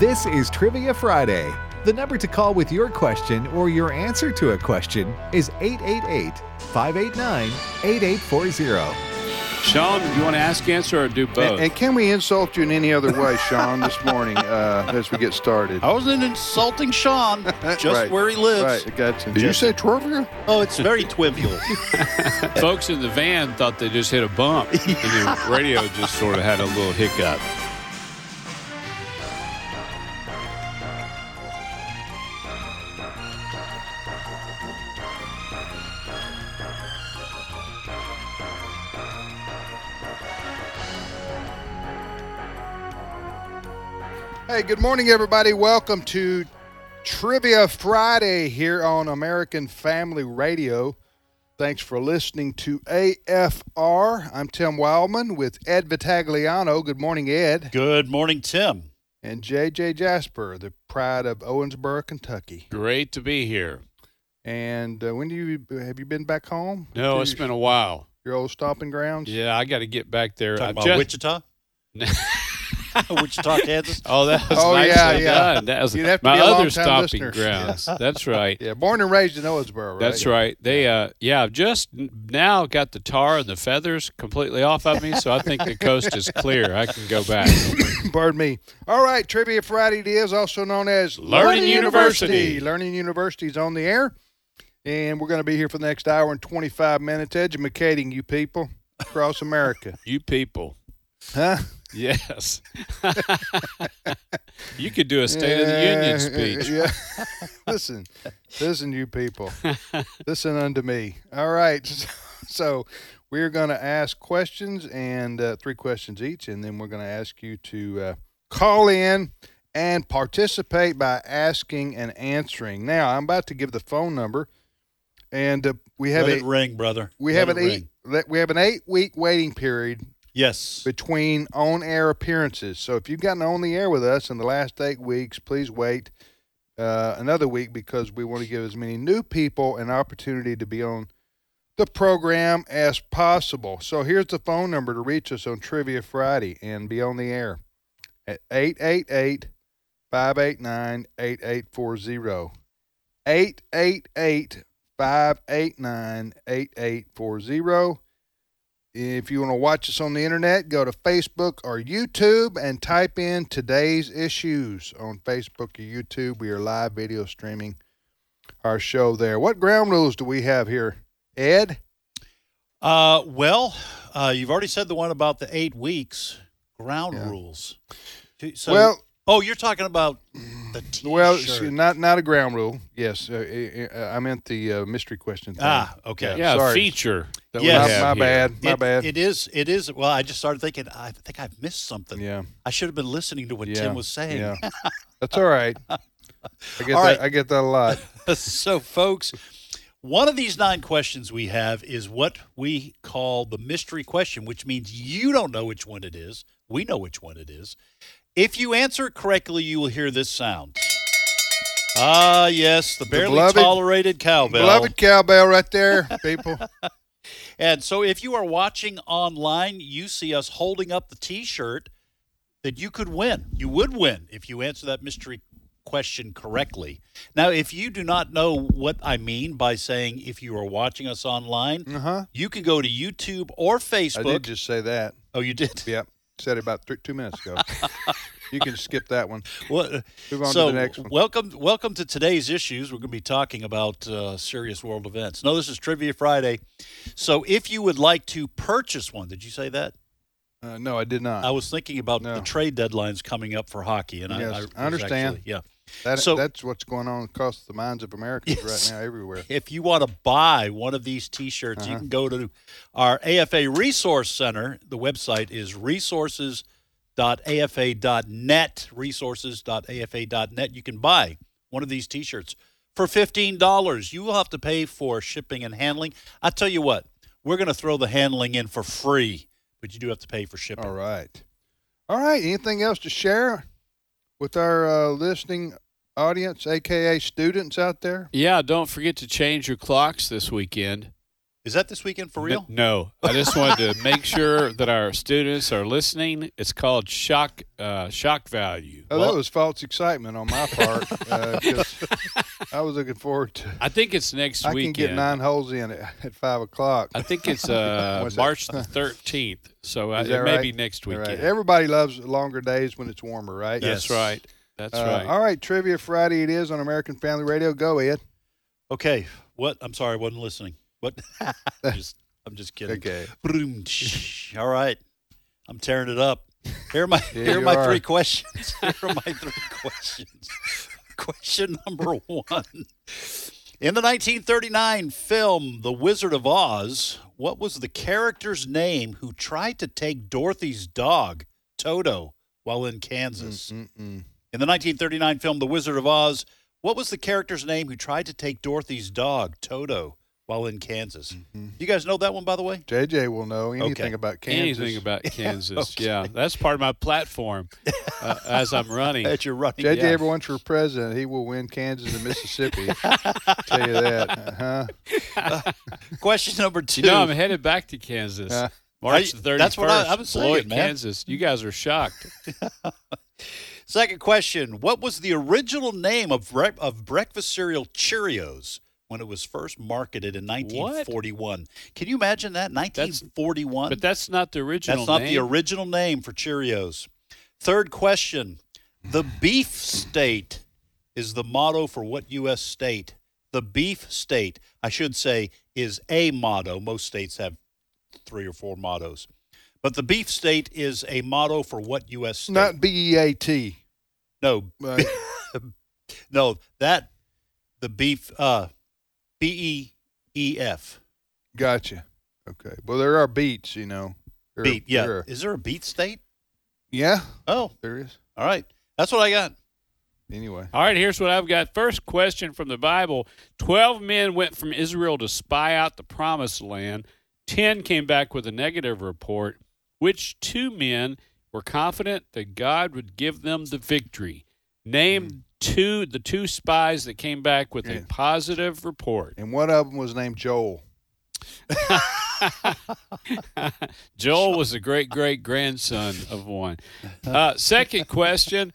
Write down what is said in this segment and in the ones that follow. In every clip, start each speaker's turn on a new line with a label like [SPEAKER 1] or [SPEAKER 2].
[SPEAKER 1] This is Trivia Friday. The number to call with your question or your answer to a question is 888 589 8840.
[SPEAKER 2] Sean, you want to ask, answer, or do both?
[SPEAKER 3] And, and can we insult you in any other way, Sean, this morning uh, as we get started?
[SPEAKER 4] I wasn't insulting Sean, just
[SPEAKER 3] Right.
[SPEAKER 4] where he lives.
[SPEAKER 3] Right, I got you.
[SPEAKER 4] Did you
[SPEAKER 3] say Twervia?
[SPEAKER 4] Oh, it's very twimble.
[SPEAKER 2] Folks in the van thought they just hit a bump, and the radio just sort of had a little hiccup.
[SPEAKER 3] Hey, good morning, everybody. Welcome to Trivia Friday here on American Family Radio. Thanks for listening to AFR. I'm Tim Wildman with Ed Vitagliano. Good morning, Ed.
[SPEAKER 4] Good morning, Tim.
[SPEAKER 3] And JJ Jasper, the pride of Owensboro, Kentucky.
[SPEAKER 2] Great to be here.
[SPEAKER 3] And uh, when do you have you been back home?
[SPEAKER 2] No,
[SPEAKER 3] To
[SPEAKER 2] it's been a while.
[SPEAKER 3] your old stomping grounds.
[SPEAKER 2] Yeah, I got to get back there.
[SPEAKER 4] Talking
[SPEAKER 2] I
[SPEAKER 4] about
[SPEAKER 2] just-
[SPEAKER 4] Wichita? Wichita, Kansas.
[SPEAKER 2] Oh, that was
[SPEAKER 3] Oh, yeah,
[SPEAKER 2] nicely
[SPEAKER 3] yeah.
[SPEAKER 2] done. That was
[SPEAKER 3] You'd have to
[SPEAKER 2] my
[SPEAKER 3] be a
[SPEAKER 2] other
[SPEAKER 3] long-time
[SPEAKER 2] stomping
[SPEAKER 3] listener.
[SPEAKER 2] grounds. That's right.
[SPEAKER 3] Yeah, born and raised in Owensboro. Right?
[SPEAKER 2] That's right. They, uh, yeah, I've just n- now got the tar and the feathers completely off of me, so I think the coast is clear. I can go back.
[SPEAKER 3] Pardon me. All right, Trivia Friday it is also known as
[SPEAKER 2] Learning University.
[SPEAKER 3] Learning University is on the air, and we're going to be here for the next hour and 25 minutes educating you people across America.
[SPEAKER 2] You people.
[SPEAKER 3] Huh?
[SPEAKER 2] Yes. you could do a State of the
[SPEAKER 3] Yeah,
[SPEAKER 2] Union speech.
[SPEAKER 3] yeah. listen, listen, you people. listen unto me. All right. So we're going to ask questions and uh, three questions each, and then we're going to ask you to uh, call in and participate by asking and answering. Now, I'm about to give the phone number, and uh, we have
[SPEAKER 4] Let
[SPEAKER 3] a
[SPEAKER 4] it ring, brother.
[SPEAKER 3] we
[SPEAKER 4] Let
[SPEAKER 3] have
[SPEAKER 4] it
[SPEAKER 3] an eight
[SPEAKER 4] ring.
[SPEAKER 3] let- we have an eight week waiting period
[SPEAKER 4] Yes.
[SPEAKER 3] between on air appearances. So if you've gotten on the air with us in the last eight weeks, please wait uh, another week because we want to give as many new people an opportunity to be on the program as possible. So here's the phone number to reach us on Trivia Friday and be on the air at 888 589 8840. 888 589 8840. If you want to watch us on the internet, go to Facebook or YouTube and type in today's issues on Facebook or YouTube. We are live video streaming our show there. What ground rules do we have here, Ed?
[SPEAKER 4] Uh, well, uh, you've already said the one about the eight weeks ground
[SPEAKER 3] Yeah.
[SPEAKER 4] rules. So,
[SPEAKER 3] well,
[SPEAKER 4] oh, you're talking about the t-shirt.
[SPEAKER 3] well, it's not not a ground rule. Yes, uh, uh, uh, I meant the uh, mystery question. Thing.
[SPEAKER 4] ah, okay.
[SPEAKER 2] Yeah,
[SPEAKER 3] sorry.
[SPEAKER 2] feature. That we
[SPEAKER 4] Yes.
[SPEAKER 2] have
[SPEAKER 3] my, my
[SPEAKER 2] here.
[SPEAKER 3] bad. My
[SPEAKER 4] It-
[SPEAKER 3] bad.
[SPEAKER 4] It is. It is. Well, I just started thinking. I think I missed something.
[SPEAKER 3] yeah,
[SPEAKER 4] I should have been listening to what
[SPEAKER 3] yeah,
[SPEAKER 4] Tim was saying.
[SPEAKER 3] Yeah, that's all right. I get
[SPEAKER 4] All
[SPEAKER 3] that.
[SPEAKER 4] right.
[SPEAKER 3] I get that a lot.
[SPEAKER 4] so, folks, one of these nine questions we have is what we call the mystery question, which means you don't know which one it is. We know which one it is. If you answer correctly, you will hear this sound. Ah, yes, the barely
[SPEAKER 3] beloved-
[SPEAKER 4] tolerated cowbell.
[SPEAKER 3] Beloved cowbell, right there, people.
[SPEAKER 4] And so, if you are watching online, you see us holding up the t shirt that you could win. You would win if you answer that mystery question correctly. Now, if you do not know what I mean by saying if you are watching us online,
[SPEAKER 3] Uh huh.
[SPEAKER 4] you can go to YouTube or
[SPEAKER 3] I
[SPEAKER 4] Facebook.
[SPEAKER 3] did just say that.
[SPEAKER 4] oh, you did?
[SPEAKER 3] Yep. Said it about th- two minutes ago. you can skip that one.
[SPEAKER 2] uh,
[SPEAKER 4] What?
[SPEAKER 3] Move on
[SPEAKER 4] so,
[SPEAKER 3] to the next one.
[SPEAKER 4] welcome, welcome to today's issues. We're going to be talking about uh, serious world events. No, this is Trivia Friday. So, if you would like to purchase one, did you say that?
[SPEAKER 3] Uh, no, I did not.
[SPEAKER 4] I was thinking about
[SPEAKER 3] No.
[SPEAKER 4] the trade deadlines coming up for hockey, and
[SPEAKER 3] Yes,
[SPEAKER 4] I, I,
[SPEAKER 3] I
[SPEAKER 4] was
[SPEAKER 3] understand.
[SPEAKER 4] actually- yeah,
[SPEAKER 3] that,
[SPEAKER 4] so-
[SPEAKER 3] that's what's going on across the minds of Americans
[SPEAKER 4] Yes.
[SPEAKER 3] right now, everywhere.
[SPEAKER 4] if you want to buy one of these T-shirts, you
[SPEAKER 3] Uh-huh.
[SPEAKER 4] can go to our AFA Resource Center. The website is resources.afa.net. Resources.afa.net. You can buy one of these T-shirts for fifteen dollars. You will have to pay for shipping and handling. I tell you what, we're going to throw the handling in for free, but you do have to pay for shipping.
[SPEAKER 3] All right. All right. Anything else to share with our uh, listening audience, aka students out there?
[SPEAKER 2] Yeah, don't forget to change your clocks this weekend.
[SPEAKER 4] Is that this weekend for real?
[SPEAKER 2] N- no, I just wanted to make sure that our students are listening. It's called shock uh, shock value.
[SPEAKER 3] Oh,
[SPEAKER 2] Well,
[SPEAKER 3] that was false excitement on my part
[SPEAKER 4] uh,
[SPEAKER 3] because I was looking forward to.
[SPEAKER 2] I think it's next
[SPEAKER 3] I can
[SPEAKER 2] weekend.
[SPEAKER 3] get nine holes in at, at five o'clock.
[SPEAKER 2] I think it's uh,
[SPEAKER 3] What's that?
[SPEAKER 2] March the thirteenth, so uh,
[SPEAKER 3] Is
[SPEAKER 2] it
[SPEAKER 3] that
[SPEAKER 2] may
[SPEAKER 3] right?
[SPEAKER 2] be next
[SPEAKER 3] All right.
[SPEAKER 2] weekend.
[SPEAKER 3] Everybody loves longer days when it's warmer, right?
[SPEAKER 2] That's
[SPEAKER 4] Yes.
[SPEAKER 2] right. That's
[SPEAKER 3] Uh,
[SPEAKER 2] right.
[SPEAKER 3] All right, Trivia Friday it is on American Family Radio. Go, Ed.
[SPEAKER 4] Okay. What? I'm sorry, I wasn't listening. What? just, I'm just kidding.
[SPEAKER 3] Okay.
[SPEAKER 4] Broom, tsh. All right. I'm tearing it up. Here are my
[SPEAKER 3] Yeah,
[SPEAKER 4] here are
[SPEAKER 3] you
[SPEAKER 4] my
[SPEAKER 3] are.
[SPEAKER 4] three questions. Here are my three questions. Question number one. In the 1939 film The Wizard of Oz, what was the character's name who tried to take Dorothy's dog, Toto, while in Kansas?
[SPEAKER 3] Mm, Mm-mm.
[SPEAKER 4] In the 1939 film The Wizard of Oz, what was the character's name who tried to take Dorothy's dog, Toto, while in Kansas?
[SPEAKER 3] Mm-hmm.
[SPEAKER 4] You guys know that one, by the way?
[SPEAKER 3] JJ will know anything
[SPEAKER 4] Okay.
[SPEAKER 3] about Kansas.
[SPEAKER 2] Anything about Kansas? yeah, that's part of my platform uh, as I'm running.
[SPEAKER 4] That you're running.
[SPEAKER 3] JJ
[SPEAKER 2] Yeah.
[SPEAKER 3] ever runs for president, he will win Kansas and Mississippi. tell you that. Uh-huh.
[SPEAKER 4] Question number two.
[SPEAKER 2] You know, I'm headed back to Kansas.
[SPEAKER 3] Uh,
[SPEAKER 2] March
[SPEAKER 4] I-
[SPEAKER 2] the 31st.
[SPEAKER 4] that's what I- I'm saying,
[SPEAKER 2] Floyd,
[SPEAKER 4] man.
[SPEAKER 2] Kansas. You guys are shocked.
[SPEAKER 4] Second question. What was the original name of, bre- of breakfast cereal Cheerios when it was first marketed in 1941? Can you imagine that? 1941?
[SPEAKER 2] But that's not the original
[SPEAKER 4] That's not the
[SPEAKER 2] name.
[SPEAKER 4] original name for Cheerios. Third question. The beef state is the motto for what U.S. state? The beef state, I should say, is a motto. Most states have three or four mottos. But the beef state is a motto for what U.S.
[SPEAKER 3] It's
[SPEAKER 4] state?
[SPEAKER 3] not B-E-A-T.
[SPEAKER 4] no,
[SPEAKER 3] Uh,
[SPEAKER 4] no, that, the beef, uh, B E E F.
[SPEAKER 3] gotcha. Okay. Well, there are beats, you know. There are-
[SPEAKER 4] Beat, yeah.
[SPEAKER 3] there are-
[SPEAKER 4] Is there a beat state?
[SPEAKER 3] yeah,
[SPEAKER 4] Oh,
[SPEAKER 3] there is.
[SPEAKER 4] all right. That's what I got.
[SPEAKER 3] Anyway.
[SPEAKER 2] All right, here's what I've got. First question from the Bible 12 men went from Israel to spy out the promised land, 10 came back with a negative report. Which two men were confident that God would give them the victory? Name two the two spies that came back with
[SPEAKER 3] Hmm. Yeah.
[SPEAKER 2] a positive report.
[SPEAKER 3] And one of them was named Joel.
[SPEAKER 2] Joel was a great great grandson of one. Uh, second question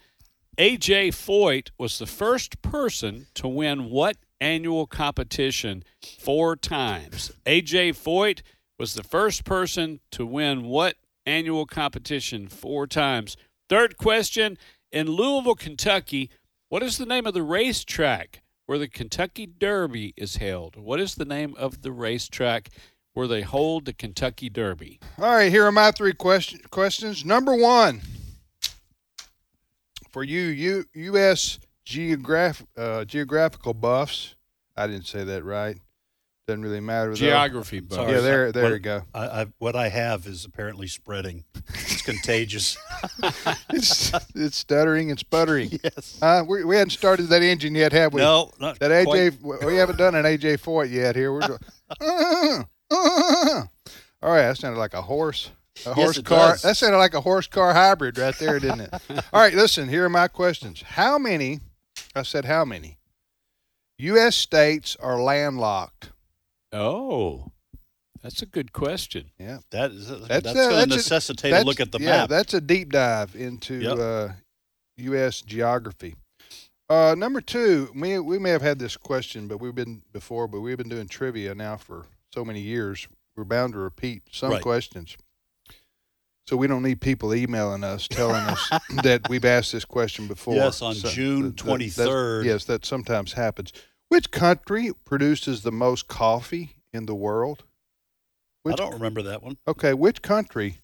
[SPEAKER 2] AJ Foyt was the first person to win what annual competition four times? AJ Foyt was the first person to win what annual competition four times? Third question In Louisville, Kentucky, what is the name of the racetrack where the Kentucky Derby is held? What is the name of the racetrack where they hold the Kentucky Derby?
[SPEAKER 3] All right, here are my three question, questions. Number one, for you, you U.S. Geograph, uh, geographical buffs. I didn't say that right. Doesn't really matter. though.
[SPEAKER 2] Geography buff.
[SPEAKER 4] Sorry.
[SPEAKER 3] Yeah, there, there
[SPEAKER 4] What-
[SPEAKER 3] you go.
[SPEAKER 4] I, I, what I have is apparently spreading. It's contagious.
[SPEAKER 3] It's, it's stuttering and sputtering.
[SPEAKER 4] yes.
[SPEAKER 3] Uh, we, we hadn't started that engine yet, have we?
[SPEAKER 4] no, not
[SPEAKER 3] That
[SPEAKER 4] quite.
[SPEAKER 3] AJ, we haven't done an AJ Foyt yet. Here we're. Just, Mm-hmm. all right, Oh, that sounded like a horse, a horse
[SPEAKER 4] it
[SPEAKER 3] car.
[SPEAKER 4] does.
[SPEAKER 3] That sounded like a horse car hybrid right there, didn't it? all right, listen. Here are my questions. How many? I said how many? U.S. states are landlocked.
[SPEAKER 2] Oh, that's a good question.
[SPEAKER 4] That is, that's
[SPEAKER 3] That's a-
[SPEAKER 4] going
[SPEAKER 3] that's
[SPEAKER 4] to
[SPEAKER 3] a-
[SPEAKER 4] necessitate a
[SPEAKER 3] That's-
[SPEAKER 4] look at the
[SPEAKER 3] yeah,
[SPEAKER 4] map.
[SPEAKER 3] that's a deep dive into
[SPEAKER 4] Yep.
[SPEAKER 3] uh, U.S. geography. Uh, number two, we, we may have had this question, but we've been before, but we've been doing trivia now for so many years. We're bound to repeat some
[SPEAKER 4] Right.
[SPEAKER 3] questions. So we don't need people emailing us telling us that we've asked this question before.
[SPEAKER 4] Yes, on
[SPEAKER 3] So
[SPEAKER 4] June
[SPEAKER 3] that- that-
[SPEAKER 4] 23rd.
[SPEAKER 3] yes, that sometimes happens. Which country produces the most coffee in the world?
[SPEAKER 4] I
[SPEAKER 3] Which
[SPEAKER 4] don't remember that one.
[SPEAKER 3] Okay, which country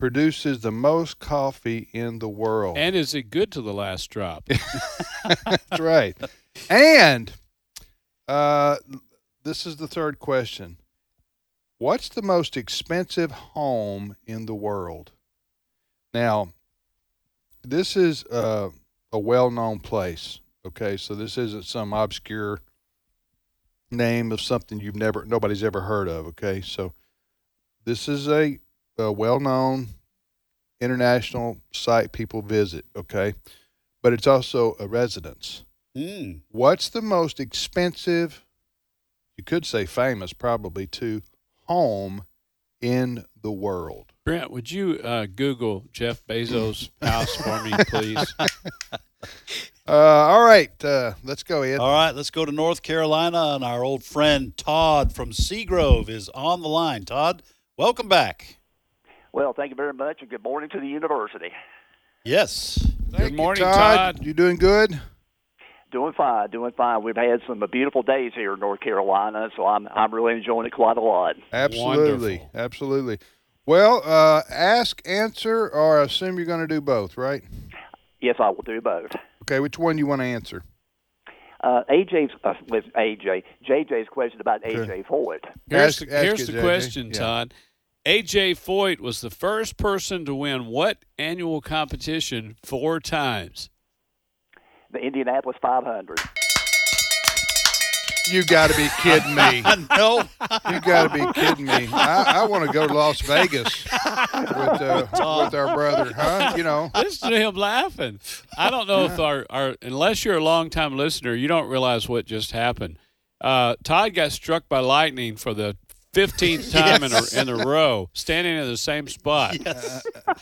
[SPEAKER 3] produces the most coffee in the world?
[SPEAKER 2] And is it good to the last drop?
[SPEAKER 3] That's right. And uh, this is the third question. What's the most expensive home in the world? Now, this is uh, a well known place. Okay, so this isn't some obscure name of something you've never, nobody's ever heard of. Okay, so this is a, a well known international site people visit. Okay, but it's also a residence.
[SPEAKER 4] Mm.
[SPEAKER 3] What's the most expensive? You could say famous, probably too. home in the world?
[SPEAKER 2] Brent, would you uh, Google Jeff Bezos' house for me, please?
[SPEAKER 3] Uh, all right, uh, let's go, Ed.
[SPEAKER 4] All right, let's go to North Carolina, and our old friend Todd from Seagrove is on the line. Todd, welcome back.
[SPEAKER 5] Well, thank you very much, and good morning to the university.
[SPEAKER 4] Yes.
[SPEAKER 3] Thank
[SPEAKER 2] Good
[SPEAKER 3] you,
[SPEAKER 2] morning,
[SPEAKER 3] Todd.
[SPEAKER 2] Todd.
[SPEAKER 3] You doing good?
[SPEAKER 5] Doing fine, doing fine. We've had some beautiful days here in North Carolina, so I'm I'm really enjoying it quite a lot.
[SPEAKER 3] Absolutely,
[SPEAKER 2] Wonderful.
[SPEAKER 3] absolutely. Well, uh, ask, answer, or I assume you're going to do both, right?
[SPEAKER 5] Yes, I will do both.
[SPEAKER 3] Okay, which one you want to answer?
[SPEAKER 5] Uh, AJ's uh, with AJ JJ's question about AJ Foyt.
[SPEAKER 2] Here's
[SPEAKER 3] Ask-
[SPEAKER 2] the,
[SPEAKER 3] ask
[SPEAKER 2] here's
[SPEAKER 3] it,
[SPEAKER 2] the
[SPEAKER 3] JJ.
[SPEAKER 2] question,
[SPEAKER 3] Yeah.
[SPEAKER 2] Todd. AJ Foyt was the first person to win what annual competition four times?
[SPEAKER 5] the Indianapolis 500.
[SPEAKER 3] You got to be kidding me.
[SPEAKER 4] No,
[SPEAKER 3] You got to be kidding me. I, I want to go to Las Vegas with, uh, with our brother, huh? You know,
[SPEAKER 2] Listen to him laughing. I don't know if our, our unless you're a longtime listener, you don't realize what just happened. Uh, Todd got struck by lightning for the fifteenth time in, a, in a row, standing in the same spot.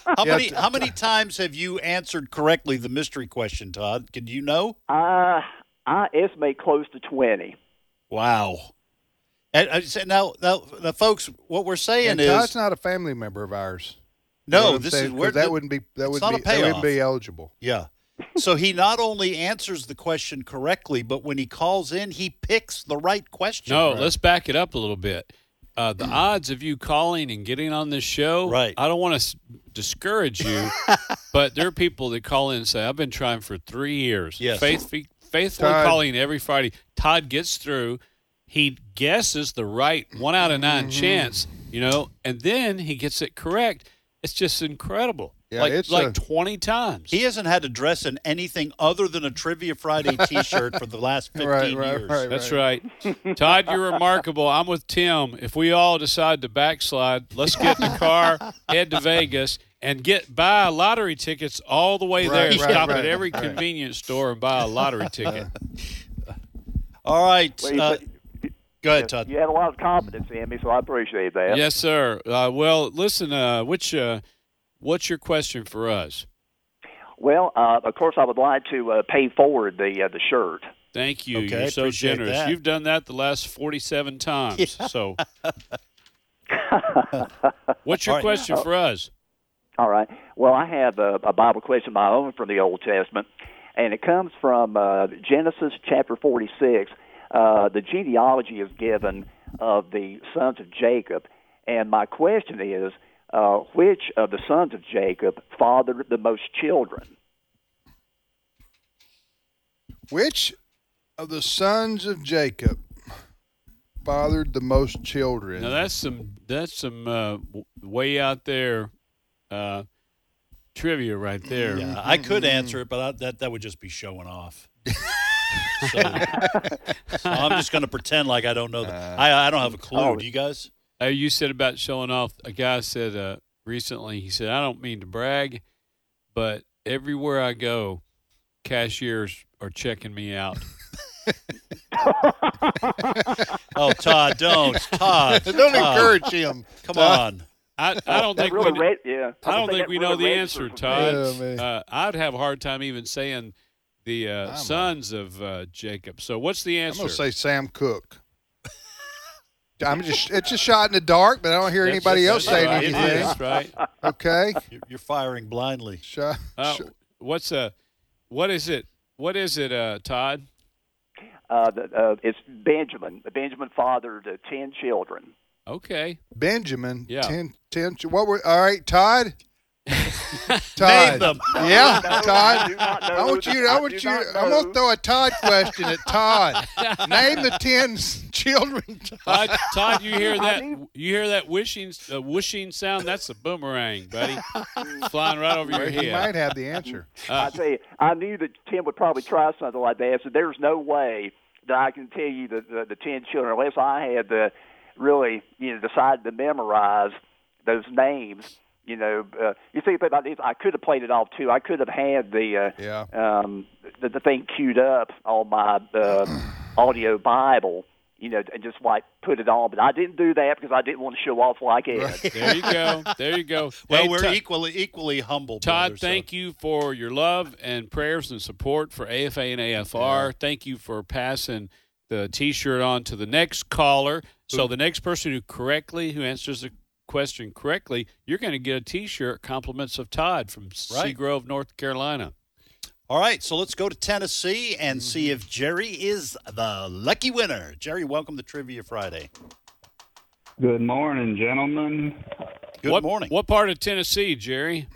[SPEAKER 4] how
[SPEAKER 3] Yeah,
[SPEAKER 4] many
[SPEAKER 3] t-
[SPEAKER 4] how many times have you answered correctly the mystery question, Todd? Can you know?
[SPEAKER 5] Uh, I estimate close to 20.
[SPEAKER 4] Wow. And, I said now, now, now, folks, what we're saying
[SPEAKER 3] and
[SPEAKER 4] is
[SPEAKER 3] Todd's not a family member of ours. You know what
[SPEAKER 4] no.
[SPEAKER 3] I'm
[SPEAKER 4] This
[SPEAKER 3] saying?
[SPEAKER 4] is
[SPEAKER 3] 'Cause
[SPEAKER 4] where
[SPEAKER 3] that wouldn't be that
[SPEAKER 4] it's
[SPEAKER 3] would
[SPEAKER 4] not
[SPEAKER 3] be
[SPEAKER 4] a
[SPEAKER 3] that wouldn't
[SPEAKER 4] payoff.
[SPEAKER 3] be uh, eligible.
[SPEAKER 4] Yeah. So he not only answers the question correctly, but when he calls in, he picks the right question.
[SPEAKER 2] No, let's back it up a little bit. Uh, the odds of you calling and getting on this show,
[SPEAKER 4] Right.
[SPEAKER 2] I don't want to s- discourage you, but there are people that call in and say, "I've been trying for three years,
[SPEAKER 4] Yes.
[SPEAKER 2] faithfully, faithfully
[SPEAKER 3] Todd.
[SPEAKER 2] calling every Friday." Todd gets through. He guesses the right one out of 9
[SPEAKER 3] Mm-hmm.
[SPEAKER 2] chance, you know, and then he gets it correct. It's just incredible.
[SPEAKER 3] Yeah,
[SPEAKER 2] like
[SPEAKER 3] it's
[SPEAKER 2] like
[SPEAKER 3] a-
[SPEAKER 2] twenty times.
[SPEAKER 4] He hasn't had to dress in anything other than a Trivia Friday T-shirt for the last fifteen
[SPEAKER 3] Right, right,
[SPEAKER 4] years.
[SPEAKER 3] right.
[SPEAKER 2] That's right. Todd, you're remarkable. I'm with Tim. If we all decide to backslide, let's get in the car, head to Vegas, and get buy lottery tickets all the way there.
[SPEAKER 3] Right, right,
[SPEAKER 2] Stop
[SPEAKER 3] right,
[SPEAKER 2] at every
[SPEAKER 3] right.
[SPEAKER 2] convenience store and buy a lottery ticket.
[SPEAKER 4] All right.
[SPEAKER 5] Well, you
[SPEAKER 4] uh,
[SPEAKER 5] put-
[SPEAKER 4] go ahead, Todd.
[SPEAKER 5] You had a lot of confidence in me, so I appreciate that.
[SPEAKER 2] yes, sir. Uh, well, listen. Uh, which uh, what's your question for us?
[SPEAKER 5] Well, uh, of course, I would like to uh, pay forward the uh, the shirt.
[SPEAKER 2] Thank you.
[SPEAKER 4] Okay,
[SPEAKER 2] you're so
[SPEAKER 4] appreciate
[SPEAKER 2] generous.
[SPEAKER 4] that.
[SPEAKER 2] You've done that the last 47 times. So, what's your
[SPEAKER 4] All right.
[SPEAKER 2] question for us?
[SPEAKER 5] All right. Well, I have a, a Bible question of my own from the Old Testament, and it comes from uh, Genesis chapter 46. Uh, the genealogy is given of the sons of Jacob, and my question is, uh, which of the sons of Jacob fathered the most children?
[SPEAKER 3] Which of the sons of Jacob fathered the most children?
[SPEAKER 2] Now that's some that's some uh, w- way out there uh, trivia right there.
[SPEAKER 4] Yeah, I could
[SPEAKER 3] Mm-hmm.
[SPEAKER 4] answer it, but I, that that would just be showing off. so, so I'm just going to pretend like I don't know.
[SPEAKER 3] Uh,
[SPEAKER 4] That. I I don't have a clue.
[SPEAKER 5] oh.
[SPEAKER 4] Do you guys?
[SPEAKER 2] Uh, you said about showing off. A guy said uh, recently. He said, "I don't mean to brag, but everywhere I go, cashiers are checking me out."
[SPEAKER 4] Oh, Todd, don't, Todd.
[SPEAKER 3] Don't
[SPEAKER 4] Todd,
[SPEAKER 3] encourage him.
[SPEAKER 4] Come
[SPEAKER 3] Todd.
[SPEAKER 4] on.
[SPEAKER 2] I, I don't
[SPEAKER 5] That
[SPEAKER 2] think
[SPEAKER 5] really
[SPEAKER 2] we,
[SPEAKER 5] re- yeah.
[SPEAKER 2] I don't
[SPEAKER 5] that
[SPEAKER 2] think
[SPEAKER 5] really
[SPEAKER 2] we know the
[SPEAKER 5] registered for me.
[SPEAKER 2] answer, Todd.
[SPEAKER 3] Yeah, man.
[SPEAKER 2] uh, I'd have a hard time even saying the uh,
[SPEAKER 3] a-
[SPEAKER 2] sons of uh, Jacob. So what's the
[SPEAKER 3] I'm
[SPEAKER 2] answer?
[SPEAKER 3] gonna say Sam Cook. I'm just it's a shot in the dark, but I don't hear
[SPEAKER 2] That's-
[SPEAKER 3] anybody
[SPEAKER 2] that's
[SPEAKER 3] else saying
[SPEAKER 2] right. It
[SPEAKER 3] anything.
[SPEAKER 2] is, right.
[SPEAKER 3] Okay.
[SPEAKER 4] You're, you're firing blindly.
[SPEAKER 3] Shot,
[SPEAKER 2] Uh,
[SPEAKER 3] sh-
[SPEAKER 2] what's uh what is it? What is it, uh, Todd?
[SPEAKER 5] Uh, the, uh, it's Benjamin. Benjamin fathered uh, ten children.
[SPEAKER 2] Okay.
[SPEAKER 3] Benjamin.
[SPEAKER 2] Yeah.
[SPEAKER 3] Ten, ten, what were all right, Todd? Todd.
[SPEAKER 4] Name them.
[SPEAKER 3] Yeah, Todd.
[SPEAKER 5] do not know
[SPEAKER 3] I want
[SPEAKER 5] the-
[SPEAKER 3] you. I
[SPEAKER 5] I
[SPEAKER 3] want
[SPEAKER 5] do
[SPEAKER 3] you.
[SPEAKER 5] not
[SPEAKER 3] I'm gonna
[SPEAKER 5] know.
[SPEAKER 3] throw a Todd question at Todd. Name the ten s- children.
[SPEAKER 2] Todd, Todd, you hear that?
[SPEAKER 5] need-
[SPEAKER 2] You hear that wishing, uh, whooshing sound? That's a boomerang, buddy, flying right over your
[SPEAKER 3] He
[SPEAKER 2] head. Uh,
[SPEAKER 3] might have the answer.
[SPEAKER 5] I tell you, I knew that Tim would probably try something like that. So there's no way that I can tell you the the, the ten children unless I had uh, really you know decided to memorize those names. You know, uh, you see, but about this, I could have played it off too. I could have had the uh,
[SPEAKER 3] Yeah.
[SPEAKER 5] um, the, the thing queued up on my uh, audio Bible. you know, and just like put it on. But I didn't do that because I didn't want to show off like Ed.
[SPEAKER 2] There you go. There you go.
[SPEAKER 4] Well,
[SPEAKER 2] Hey,
[SPEAKER 4] we're
[SPEAKER 2] Todd-
[SPEAKER 4] equally equally humble.
[SPEAKER 2] Todd,
[SPEAKER 4] brother, so-
[SPEAKER 2] thank you for your love and prayers and support for AFA and AFR. Thank you for passing the T-shirt on to the next caller. So the next person who correctly who answers the question correctly, you're going to get a T-shirt. Compliments of Todd from
[SPEAKER 4] Right.
[SPEAKER 2] Seagrove, North Carolina.
[SPEAKER 4] All right, so let's go to Tennessee and see
[SPEAKER 2] Mm-hmm.
[SPEAKER 4] if Jerry is the lucky winner. Jerry, welcome to Trivia Friday.
[SPEAKER 6] Good morning, gentlemen.
[SPEAKER 4] Good
[SPEAKER 2] What-
[SPEAKER 4] morning.
[SPEAKER 2] What part of Tennessee, Jerry?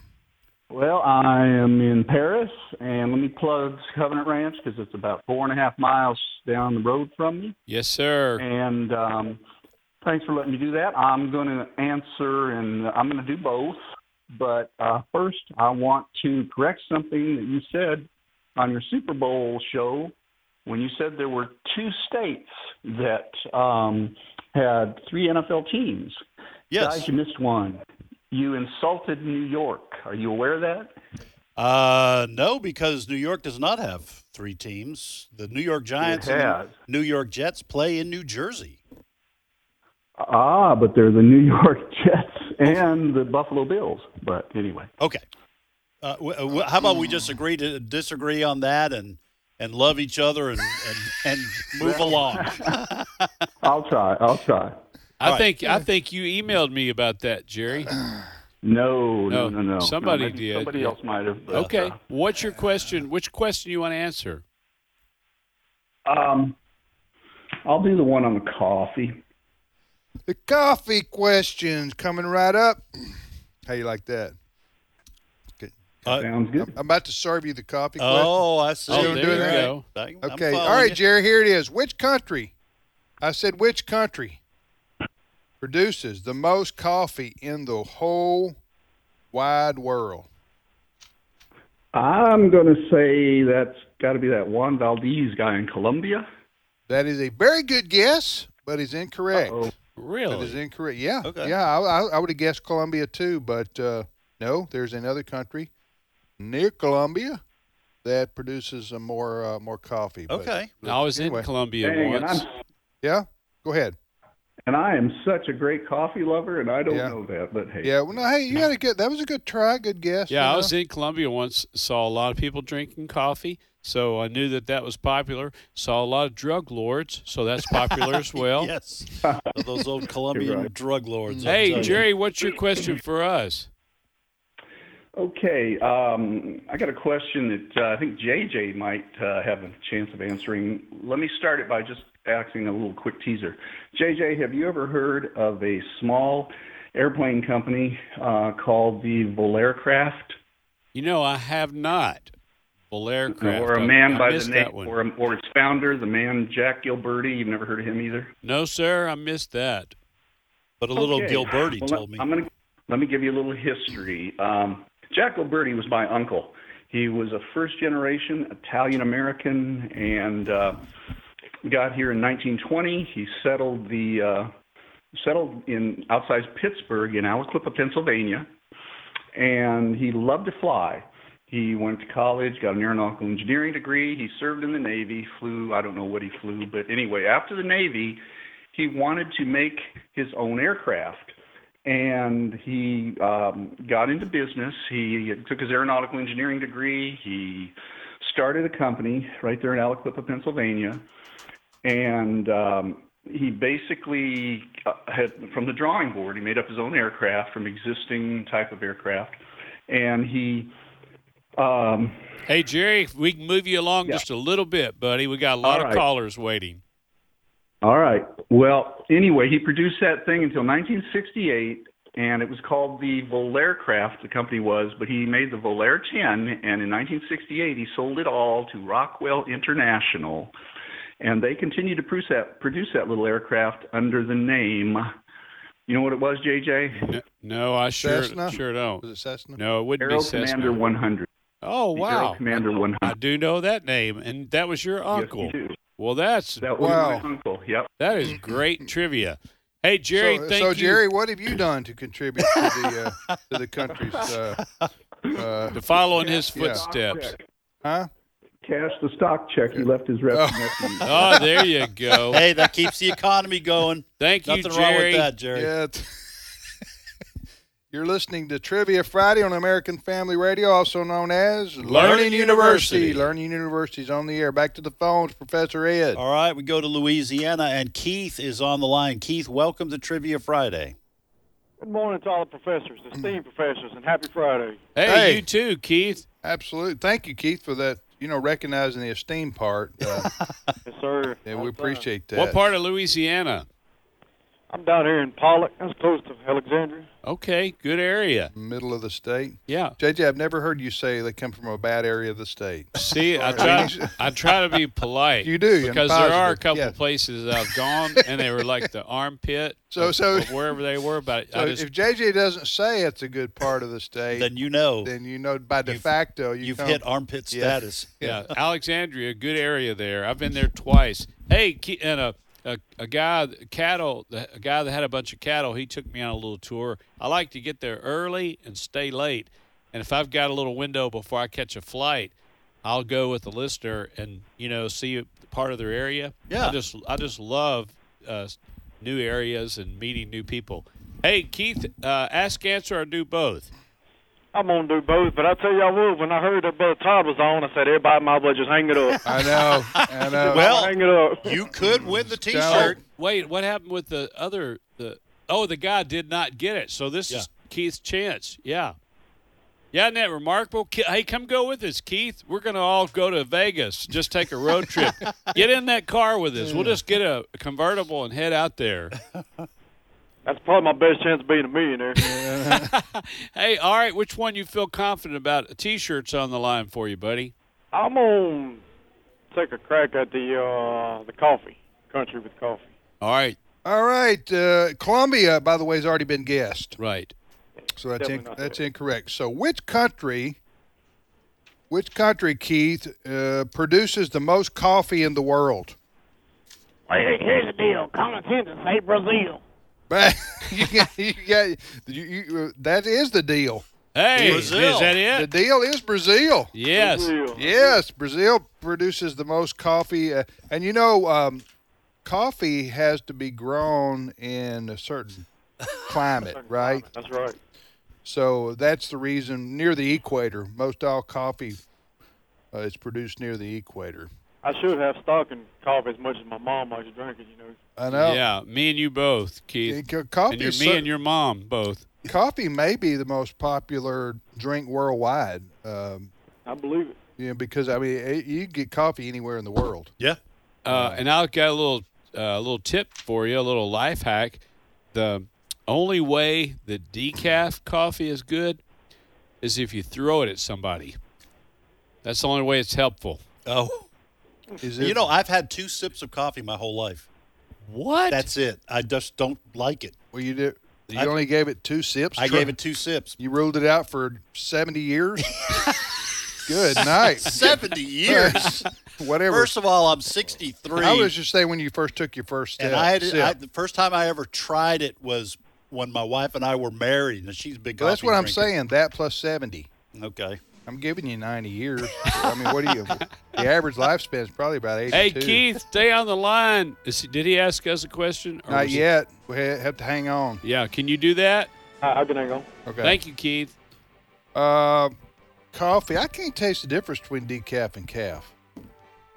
[SPEAKER 6] Well, I am in Paris, and let me plug Covenant Ranch because it's about four and a half miles down the road from me.
[SPEAKER 2] Yes, sir.
[SPEAKER 6] And um, thanks for letting me do that. I'm going to answer, and I'm going to do both. But uh, first, I want to correct something that you said on your Super Bowl show when you said there were two states that um, had three NFL teams. Guys,
[SPEAKER 4] yes.
[SPEAKER 6] you missed one. You insulted New York. Are you aware of that?
[SPEAKER 4] Uh, no, because New York does not have three teams. The New York Giants and the
[SPEAKER 6] has.
[SPEAKER 4] New York Jets play in New Jersey.
[SPEAKER 6] Ah, but they're the New York Jets and the Buffalo Bills. But anyway,
[SPEAKER 4] Okay. Uh, w- uh, w- how about we just agree to disagree on that and and love each other and and, and move along?
[SPEAKER 6] I'll try. I'll try.
[SPEAKER 2] I
[SPEAKER 4] right.
[SPEAKER 2] think I think you emailed me about that, Jerry.
[SPEAKER 6] No,
[SPEAKER 2] No,
[SPEAKER 6] Oh, no, no, no.
[SPEAKER 2] somebody
[SPEAKER 6] No, maybe
[SPEAKER 2] did,
[SPEAKER 6] Somebody
[SPEAKER 2] yeah.
[SPEAKER 6] else might have. but,
[SPEAKER 2] Okay. What's your question? Which question you want to answer?
[SPEAKER 6] uh, um, I'll do the one on the coffee.
[SPEAKER 3] The coffee questions coming right up. How you like that?
[SPEAKER 6] Sounds good.
[SPEAKER 3] I'm about to serve you the coffee
[SPEAKER 4] oh, I see.
[SPEAKER 2] Oh,
[SPEAKER 3] you're
[SPEAKER 2] there
[SPEAKER 3] doing
[SPEAKER 2] you
[SPEAKER 3] that?
[SPEAKER 2] go.
[SPEAKER 4] I'm
[SPEAKER 3] question. Okay.
[SPEAKER 4] following
[SPEAKER 3] All right,
[SPEAKER 4] you.
[SPEAKER 3] Jerry, here it is. Which country? I said which country produces the most coffee in the whole wide world?
[SPEAKER 6] I'm going to say that's got to be that Juan Valdez guy in Colombia.
[SPEAKER 3] That is a very good guess, but is incorrect.
[SPEAKER 6] Uh-oh.
[SPEAKER 3] That is
[SPEAKER 2] Really?
[SPEAKER 3] incorrect. Yeah.
[SPEAKER 4] Okay.
[SPEAKER 3] Yeah, I, I, I would have guessed Colombia too, but uh, no, there's another country near Colombia that produces a more uh, more coffee. but-
[SPEAKER 4] Okay.
[SPEAKER 2] I was
[SPEAKER 3] Anyway.
[SPEAKER 2] in Colombia
[SPEAKER 6] Dang, and
[SPEAKER 2] once.
[SPEAKER 6] I'm
[SPEAKER 3] Yeah. Go ahead.
[SPEAKER 6] and I am such a great coffee lover, and I don't
[SPEAKER 3] Yeah.
[SPEAKER 6] know that, but hey,
[SPEAKER 3] Yeah. Well, no, hey, you had a good. That was a good try. Good guess.
[SPEAKER 2] Yeah,
[SPEAKER 3] you
[SPEAKER 2] I
[SPEAKER 3] know?
[SPEAKER 2] was in Colombia once, saw a lot of people drinking coffee, so I knew that that was popular. Saw a lot of drug lords, so that's popular as well.
[SPEAKER 4] Yes. Those old Colombian
[SPEAKER 6] right.
[SPEAKER 4] drug lords. I'll tell
[SPEAKER 2] Hey,
[SPEAKER 4] you.
[SPEAKER 2] Jerry, what's your question for us?
[SPEAKER 6] Okay, um, I got a question that uh, I think JJ might uh, have a chance of answering. Let me start it by just asking a little quick teaser. JJ, have you ever heard of a small airplane company uh, called the Volaircraft,
[SPEAKER 2] You know, I have not. Volaircraft.
[SPEAKER 6] or
[SPEAKER 2] I-
[SPEAKER 6] a man
[SPEAKER 2] I
[SPEAKER 6] by the
[SPEAKER 2] missed
[SPEAKER 6] name,
[SPEAKER 2] that one.
[SPEAKER 6] or, or its founder, the man Jack Gilberti? You've never heard of him either.
[SPEAKER 2] No, sir, I missed that.
[SPEAKER 4] But a little
[SPEAKER 6] Okay.
[SPEAKER 4] Gilberti
[SPEAKER 6] Well,
[SPEAKER 4] told me.
[SPEAKER 6] I'm gonna let me give you a little history. Um, Jack Gilberti was my uncle. He was a first generation Italian American and uh, got here in 1920. He settled the uh, settled in outside Pittsburgh in Aliquippa, Pennsylvania, and he loved to fly. He went to college, got an aeronautical engineering degree. He served in the Navy, flew, I don't know what he flew, but anyway, after the Navy, he wanted to make his own aircraft. And he um, got into business. He took his aeronautical engineering degree. He started a company right there in Aliquippa, Pennsylvania and um, he basically uh, had from the drawing board he made up his own aircraft from existing type of aircraft and he um,
[SPEAKER 2] Hey, Jerry, if we can move you along
[SPEAKER 6] Yeah.
[SPEAKER 2] just a little bit, buddy. We got a lot
[SPEAKER 6] All
[SPEAKER 2] of
[SPEAKER 6] right.
[SPEAKER 2] callers waiting.
[SPEAKER 6] all right well anyway he produced that thing until 1968 and it was called the Volaircraft, the company was, but he made the Volair 10, and in 1968 he sold it all to Rockwell International, and they continued to produce that, produce that little aircraft under the name. You know what it was, JJ?
[SPEAKER 2] No, no I sure,
[SPEAKER 3] Cessna?
[SPEAKER 2] sure don't.
[SPEAKER 3] Was it Cessna?
[SPEAKER 2] No, it wouldn't
[SPEAKER 6] Aero
[SPEAKER 2] be Cessna.
[SPEAKER 6] Commander 100.
[SPEAKER 2] Oh,
[SPEAKER 6] The
[SPEAKER 2] wow.
[SPEAKER 6] Aero Commander 100.
[SPEAKER 2] I do know that name, and that was your
[SPEAKER 6] Yes,
[SPEAKER 2] uncle.
[SPEAKER 6] you do.
[SPEAKER 2] well, that's
[SPEAKER 6] That was
[SPEAKER 3] Wow.
[SPEAKER 6] my uncle. Yep.
[SPEAKER 2] that is great trivia. Hey, Jerry,
[SPEAKER 3] so,
[SPEAKER 2] thank
[SPEAKER 3] so
[SPEAKER 2] you.
[SPEAKER 3] Jerry, what have you done to contribute to the uh, to the country's? Uh, uh,
[SPEAKER 2] to follow in his
[SPEAKER 3] Yeah.
[SPEAKER 2] footsteps.
[SPEAKER 6] Stock pick.
[SPEAKER 3] huh?
[SPEAKER 6] cash the stock check he left his rep nephew.
[SPEAKER 2] Oh, there you go.
[SPEAKER 4] Hey, that keeps the economy going.
[SPEAKER 2] Thank you,
[SPEAKER 4] Nothing
[SPEAKER 2] Jerry.
[SPEAKER 4] wrong with that, Jerry.
[SPEAKER 3] Yeah. it's- You're listening to Trivia Friday on American Family Radio, also known as
[SPEAKER 2] Learning University.
[SPEAKER 3] Learning University's on the air. Back to the phones, Professor Ed.
[SPEAKER 4] All right, we go to Louisiana, and Keith is on the line. Keith, welcome to Trivia Friday.
[SPEAKER 7] Good morning to all the professors, esteemed professors, and happy Friday.
[SPEAKER 2] Hey,
[SPEAKER 3] Mm. Hey.
[SPEAKER 2] you too, Keith.
[SPEAKER 3] Absolutely. Thank you, Keith, for that. You know, recognizing the esteem part. Uh,
[SPEAKER 7] Yes, sir.
[SPEAKER 3] yeah,
[SPEAKER 7] All
[SPEAKER 3] we
[SPEAKER 7] the time.
[SPEAKER 3] appreciate that.
[SPEAKER 2] What part of Louisiana?
[SPEAKER 7] I'm down here in Pollock. That's close to Alexandria.
[SPEAKER 2] Okay, good area.
[SPEAKER 3] Middle of the state.
[SPEAKER 2] Yeah.
[SPEAKER 3] JJ, I've never heard you say they come from a bad area of the state.
[SPEAKER 2] See, I try. I try to be polite.
[SPEAKER 3] You do, you're
[SPEAKER 2] because there are a
[SPEAKER 3] positive,
[SPEAKER 2] couple
[SPEAKER 3] yes.
[SPEAKER 2] places I've gone, and they were like the armpit.
[SPEAKER 3] So-
[SPEAKER 2] of-
[SPEAKER 3] so-
[SPEAKER 2] of wherever they were, but
[SPEAKER 3] So
[SPEAKER 2] I just
[SPEAKER 3] if JJ doesn't say it's a good part of the state, then,
[SPEAKER 4] Then you know
[SPEAKER 3] you know by de
[SPEAKER 4] You've-
[SPEAKER 3] facto you
[SPEAKER 4] you've
[SPEAKER 3] come-
[SPEAKER 4] hit armpit
[SPEAKER 3] Yeah.
[SPEAKER 4] status.
[SPEAKER 2] yeah, Alexandria, good area there. I've been there twice. Hey, Ke- and a a, a guy cattle, the- a guy that had a bunch of cattle, he took me on a little tour. I like to get there early and stay late, and if I've got a little window before I catch a flight, I'll go with the listener and you know see part of their area.
[SPEAKER 4] Yeah.
[SPEAKER 2] I just I just love uh, new areas and meeting new people. Hey, Keith, uh, ask, answer, or do both.
[SPEAKER 7] I'm going to do both, but I tell y'all what, when I heard that Brother Todd was on, I said, everybody might as well just hang it up.
[SPEAKER 3] I know. I know.
[SPEAKER 4] Well,
[SPEAKER 7] hang it up.
[SPEAKER 4] you could win the
[SPEAKER 2] Oh,
[SPEAKER 4] T-shirt.
[SPEAKER 2] wait, what happened with the other? The oh, the guy did not get it. So this
[SPEAKER 4] Yeah.
[SPEAKER 2] is Keith's chance. Yeah, yeah, isn't that remarkable? Ke- Hey, come go with us, Keith. We're gonna all go to Vegas. Just take a road trip. get in that car with us. We'll just get a convertible and head out there.
[SPEAKER 7] That's probably my best chance of being a millionaire.
[SPEAKER 2] Hey, all right, which one you feel confident about? T-shirts on the line for you, buddy.
[SPEAKER 7] I'm going to take a crack at the uh, the coffee, country with coffee.
[SPEAKER 2] All right,
[SPEAKER 3] All right. Uh, Colombia, by the way, has already been guessed,
[SPEAKER 2] right.
[SPEAKER 3] so that's
[SPEAKER 7] Definitely
[SPEAKER 3] in,
[SPEAKER 7] not.
[SPEAKER 3] that's incorrect. So which country, which country, Keith, uh, produces the most coffee in the world?
[SPEAKER 8] Well, here's the deal. Common sense would say Brazil.
[SPEAKER 3] you got, you got, you, you, that is the deal.
[SPEAKER 2] Hey,
[SPEAKER 4] Brazil.
[SPEAKER 2] is that
[SPEAKER 3] The
[SPEAKER 2] it?
[SPEAKER 3] deal is Brazil.
[SPEAKER 2] Yes.
[SPEAKER 7] Brazil.
[SPEAKER 3] Yes, Brazil produces the most coffee, uh, and you know, um, coffee has to be grown in a certain climate, right?
[SPEAKER 7] That's right.
[SPEAKER 3] So that's the reason near the equator, most all coffee uh, is produced near the equator.
[SPEAKER 7] I should have stock in coffee as much as my mom likes to drink it, you know.
[SPEAKER 3] I know.
[SPEAKER 2] Yeah, me and you both, Keith.
[SPEAKER 3] And co- coffee,
[SPEAKER 2] And you're
[SPEAKER 3] is
[SPEAKER 2] me
[SPEAKER 3] cer-
[SPEAKER 2] and your mom both.
[SPEAKER 3] coffee may be the most popular drink worldwide. Um,
[SPEAKER 7] I believe it.
[SPEAKER 3] you know, because I mean, it, you can get coffee anywhere in the world.
[SPEAKER 4] Yeah.
[SPEAKER 2] Uh, and I've got a little, uh, a little tip for you, a little life hack. The only way the decaf coffee is good is if you throw it at somebody. That's the only way it's helpful.
[SPEAKER 4] Oh,
[SPEAKER 3] Is it?
[SPEAKER 4] you know, I've had two sips of coffee my whole life.
[SPEAKER 2] What?
[SPEAKER 4] That's it. I just don't like it.
[SPEAKER 3] well, you did. You
[SPEAKER 4] I-
[SPEAKER 3] only gave it two sips.
[SPEAKER 4] I
[SPEAKER 3] Try-
[SPEAKER 4] gave it two sips.
[SPEAKER 3] You ruled it out for 70 years? Good night.
[SPEAKER 4] Seventy years.
[SPEAKER 3] Whatever.
[SPEAKER 4] First of all, I'm 63.
[SPEAKER 3] I was just saying when you first took your first step.
[SPEAKER 4] And I had
[SPEAKER 3] sip.
[SPEAKER 4] I, the first time I ever tried it was when my wife and I were married, and she's a big.
[SPEAKER 3] Well, that's
[SPEAKER 4] coffee
[SPEAKER 3] what I'm
[SPEAKER 4] drinker.
[SPEAKER 3] saying. That plus 70.
[SPEAKER 4] Okay.
[SPEAKER 3] I'm giving you 90 years. I mean, what do you? The average lifespan is probably about 82.
[SPEAKER 2] hey, Keith, stay on the line. Is he, did he ask us a question? or
[SPEAKER 3] Not
[SPEAKER 2] was it-
[SPEAKER 3] yet. We ha- have to hang on.
[SPEAKER 2] yeah. Can you do that?
[SPEAKER 7] I, I can hang on.
[SPEAKER 3] Okay.
[SPEAKER 2] Thank you, Keith.
[SPEAKER 3] Uh, coffee. I can't taste the difference between decaf and calf.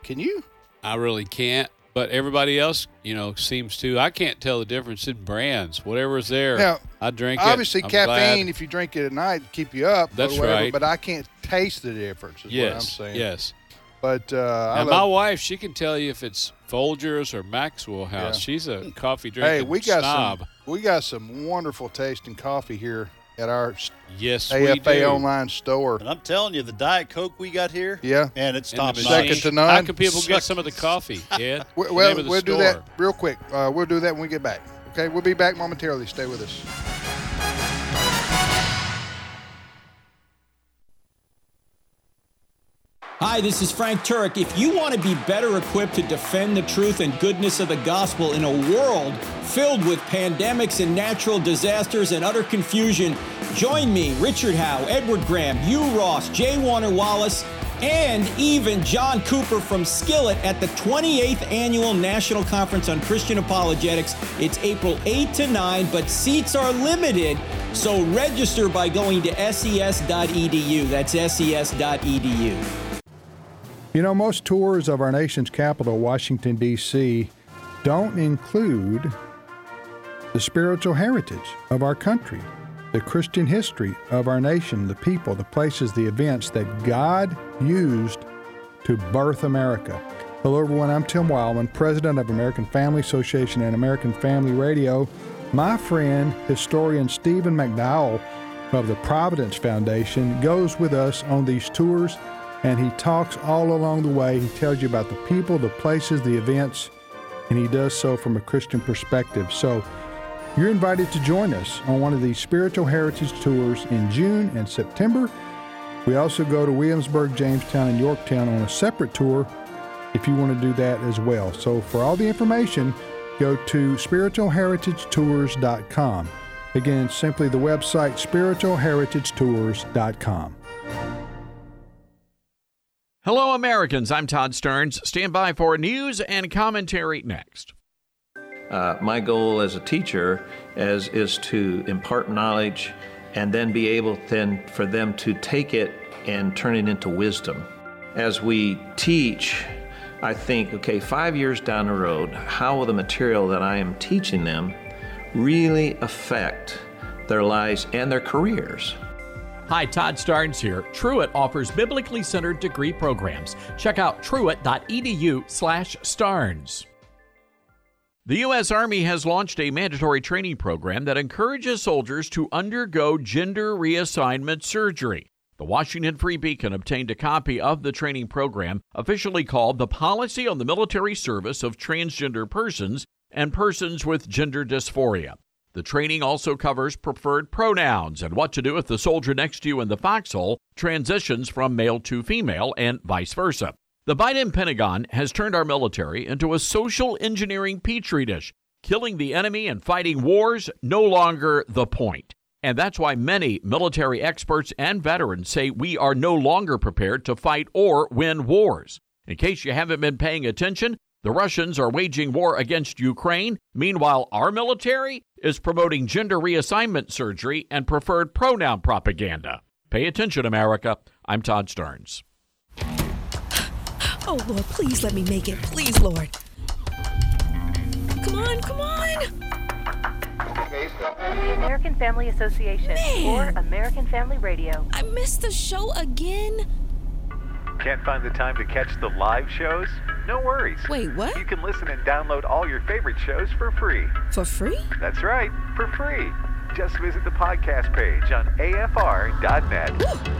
[SPEAKER 3] Can you?
[SPEAKER 2] I really can't. But everybody else, you know, seems to. I can't tell the difference in brands. Whatever's there,
[SPEAKER 3] Now,
[SPEAKER 2] I drink
[SPEAKER 3] Obviously,
[SPEAKER 2] it. I'm glad.
[SPEAKER 3] caffeine, if you drink it at night, keep you up. or
[SPEAKER 2] That's
[SPEAKER 3] whatever,
[SPEAKER 2] right.
[SPEAKER 3] But I can't taste the difference, is what I'm
[SPEAKER 2] Yes.
[SPEAKER 3] saying.
[SPEAKER 2] Yes.
[SPEAKER 3] But uh, I
[SPEAKER 2] Now,
[SPEAKER 3] love,
[SPEAKER 2] my wife, she can tell you if it's Folgers or Maxwell House.
[SPEAKER 3] Yeah.
[SPEAKER 2] She's a coffee drinker.
[SPEAKER 3] hey, we got
[SPEAKER 2] snob.
[SPEAKER 3] some we got some wonderful tasting coffee here at our s-
[SPEAKER 2] Yes, we
[SPEAKER 3] AFA
[SPEAKER 2] do.
[SPEAKER 3] online store.
[SPEAKER 4] And I'm telling you, the Diet Coke we got here,
[SPEAKER 3] Yeah.
[SPEAKER 4] and it's
[SPEAKER 2] In the
[SPEAKER 4] top
[SPEAKER 2] machine.
[SPEAKER 3] Second
[SPEAKER 4] notch.
[SPEAKER 3] to none.
[SPEAKER 2] How can people
[SPEAKER 4] Second-
[SPEAKER 2] get some of the coffee? Ed?
[SPEAKER 3] We-
[SPEAKER 2] The
[SPEAKER 3] Well,
[SPEAKER 2] name of the
[SPEAKER 3] we'll do
[SPEAKER 2] store.
[SPEAKER 3] that real quick. Uh, we'll do that when we get back. Okay, we'll be back momentarily. Stay with us.
[SPEAKER 9] Hi, this is Frank Turek. If you want to be better equipped to defend the truth and goodness of the gospel in a world filled with pandemics and natural disasters and utter confusion, join me, Richard Howe, Edward Graham, Hugh Ross, Jay Warner Wallace, and even John Cooper from Skillet at the 28th Annual National Conference on Christian Apologetics. It's April 8 to 9, but seats are limited, so register by going to E ses.edu. That's E ses.edu.
[SPEAKER 3] You know, most tours of our nation's capital, Washington, D.C., don't include the spiritual heritage of our country, the Christian history of our nation, the people, the places, the events that God used to birth America. Hello, everyone. I'm Tim Wildman, president of American Family Association and American Family Radio. My friend, historian Stephen McDowell of the Providence Foundation, goes with us on these tours and he talks all along the way. He tells you about the people, the places, the events, and he does so from a Christian perspective. So you're invited to join us on one of these spiritual heritage tours in June and September. We also go to Williamsburg, Jamestown, and Yorktown on a separate tour if you want to do that as well. So for all the information, go to spiritualheritagetours.com. Again, simply the website spiritualheritagetours.com.
[SPEAKER 10] Hello, Americans. I'm Todd Stearns. Stand by for news and commentary next.
[SPEAKER 11] Uh, my goal as a teacher is, is to impart knowledge and then be able then for them to take it and turn it into wisdom. As we teach, I think, okay, five years down the road, how will the material that I am teaching them really affect their lives and their careers?
[SPEAKER 10] Hi, Todd Starnes here. Truett offers biblically centered degree programs. Check out truett.edu/starnes. The U.S. Army has launched a mandatory training program that encourages soldiers to undergo gender reassignment surgery. The Washington Free Beacon obtained a copy of the training program, officially called the Policy on the Military Service of Transgender Persons and Persons with Gender Dysphoria. The training also covers preferred pronouns and what to do if the soldier next to you in the foxhole transitions from male to female and vice versa. The Biden Pentagon has turned our military into a social engineering petri dish, killing the enemy and fighting wars no longer the point. And that's why many military experts and veterans say we are no longer prepared to fight or win wars. In case you haven't been paying attention, the Russians are waging war against Ukraine. Meanwhile, our military is promoting gender reassignment surgery and preferred pronoun propaganda. Pay attention, America. I'm Todd Stearns.
[SPEAKER 12] Oh, Lord, please let me make it. Please, Lord. Come on, come on.
[SPEAKER 13] American Family Association
[SPEAKER 12] Man.
[SPEAKER 13] or American Family Radio.
[SPEAKER 12] I missed the show again.
[SPEAKER 14] Can't find the time to catch the live shows? No worries.
[SPEAKER 12] Wait, what?
[SPEAKER 14] You can listen and download all your favorite shows for free.
[SPEAKER 12] For free?
[SPEAKER 14] That's right, for free. Just visit the podcast page on afr.net.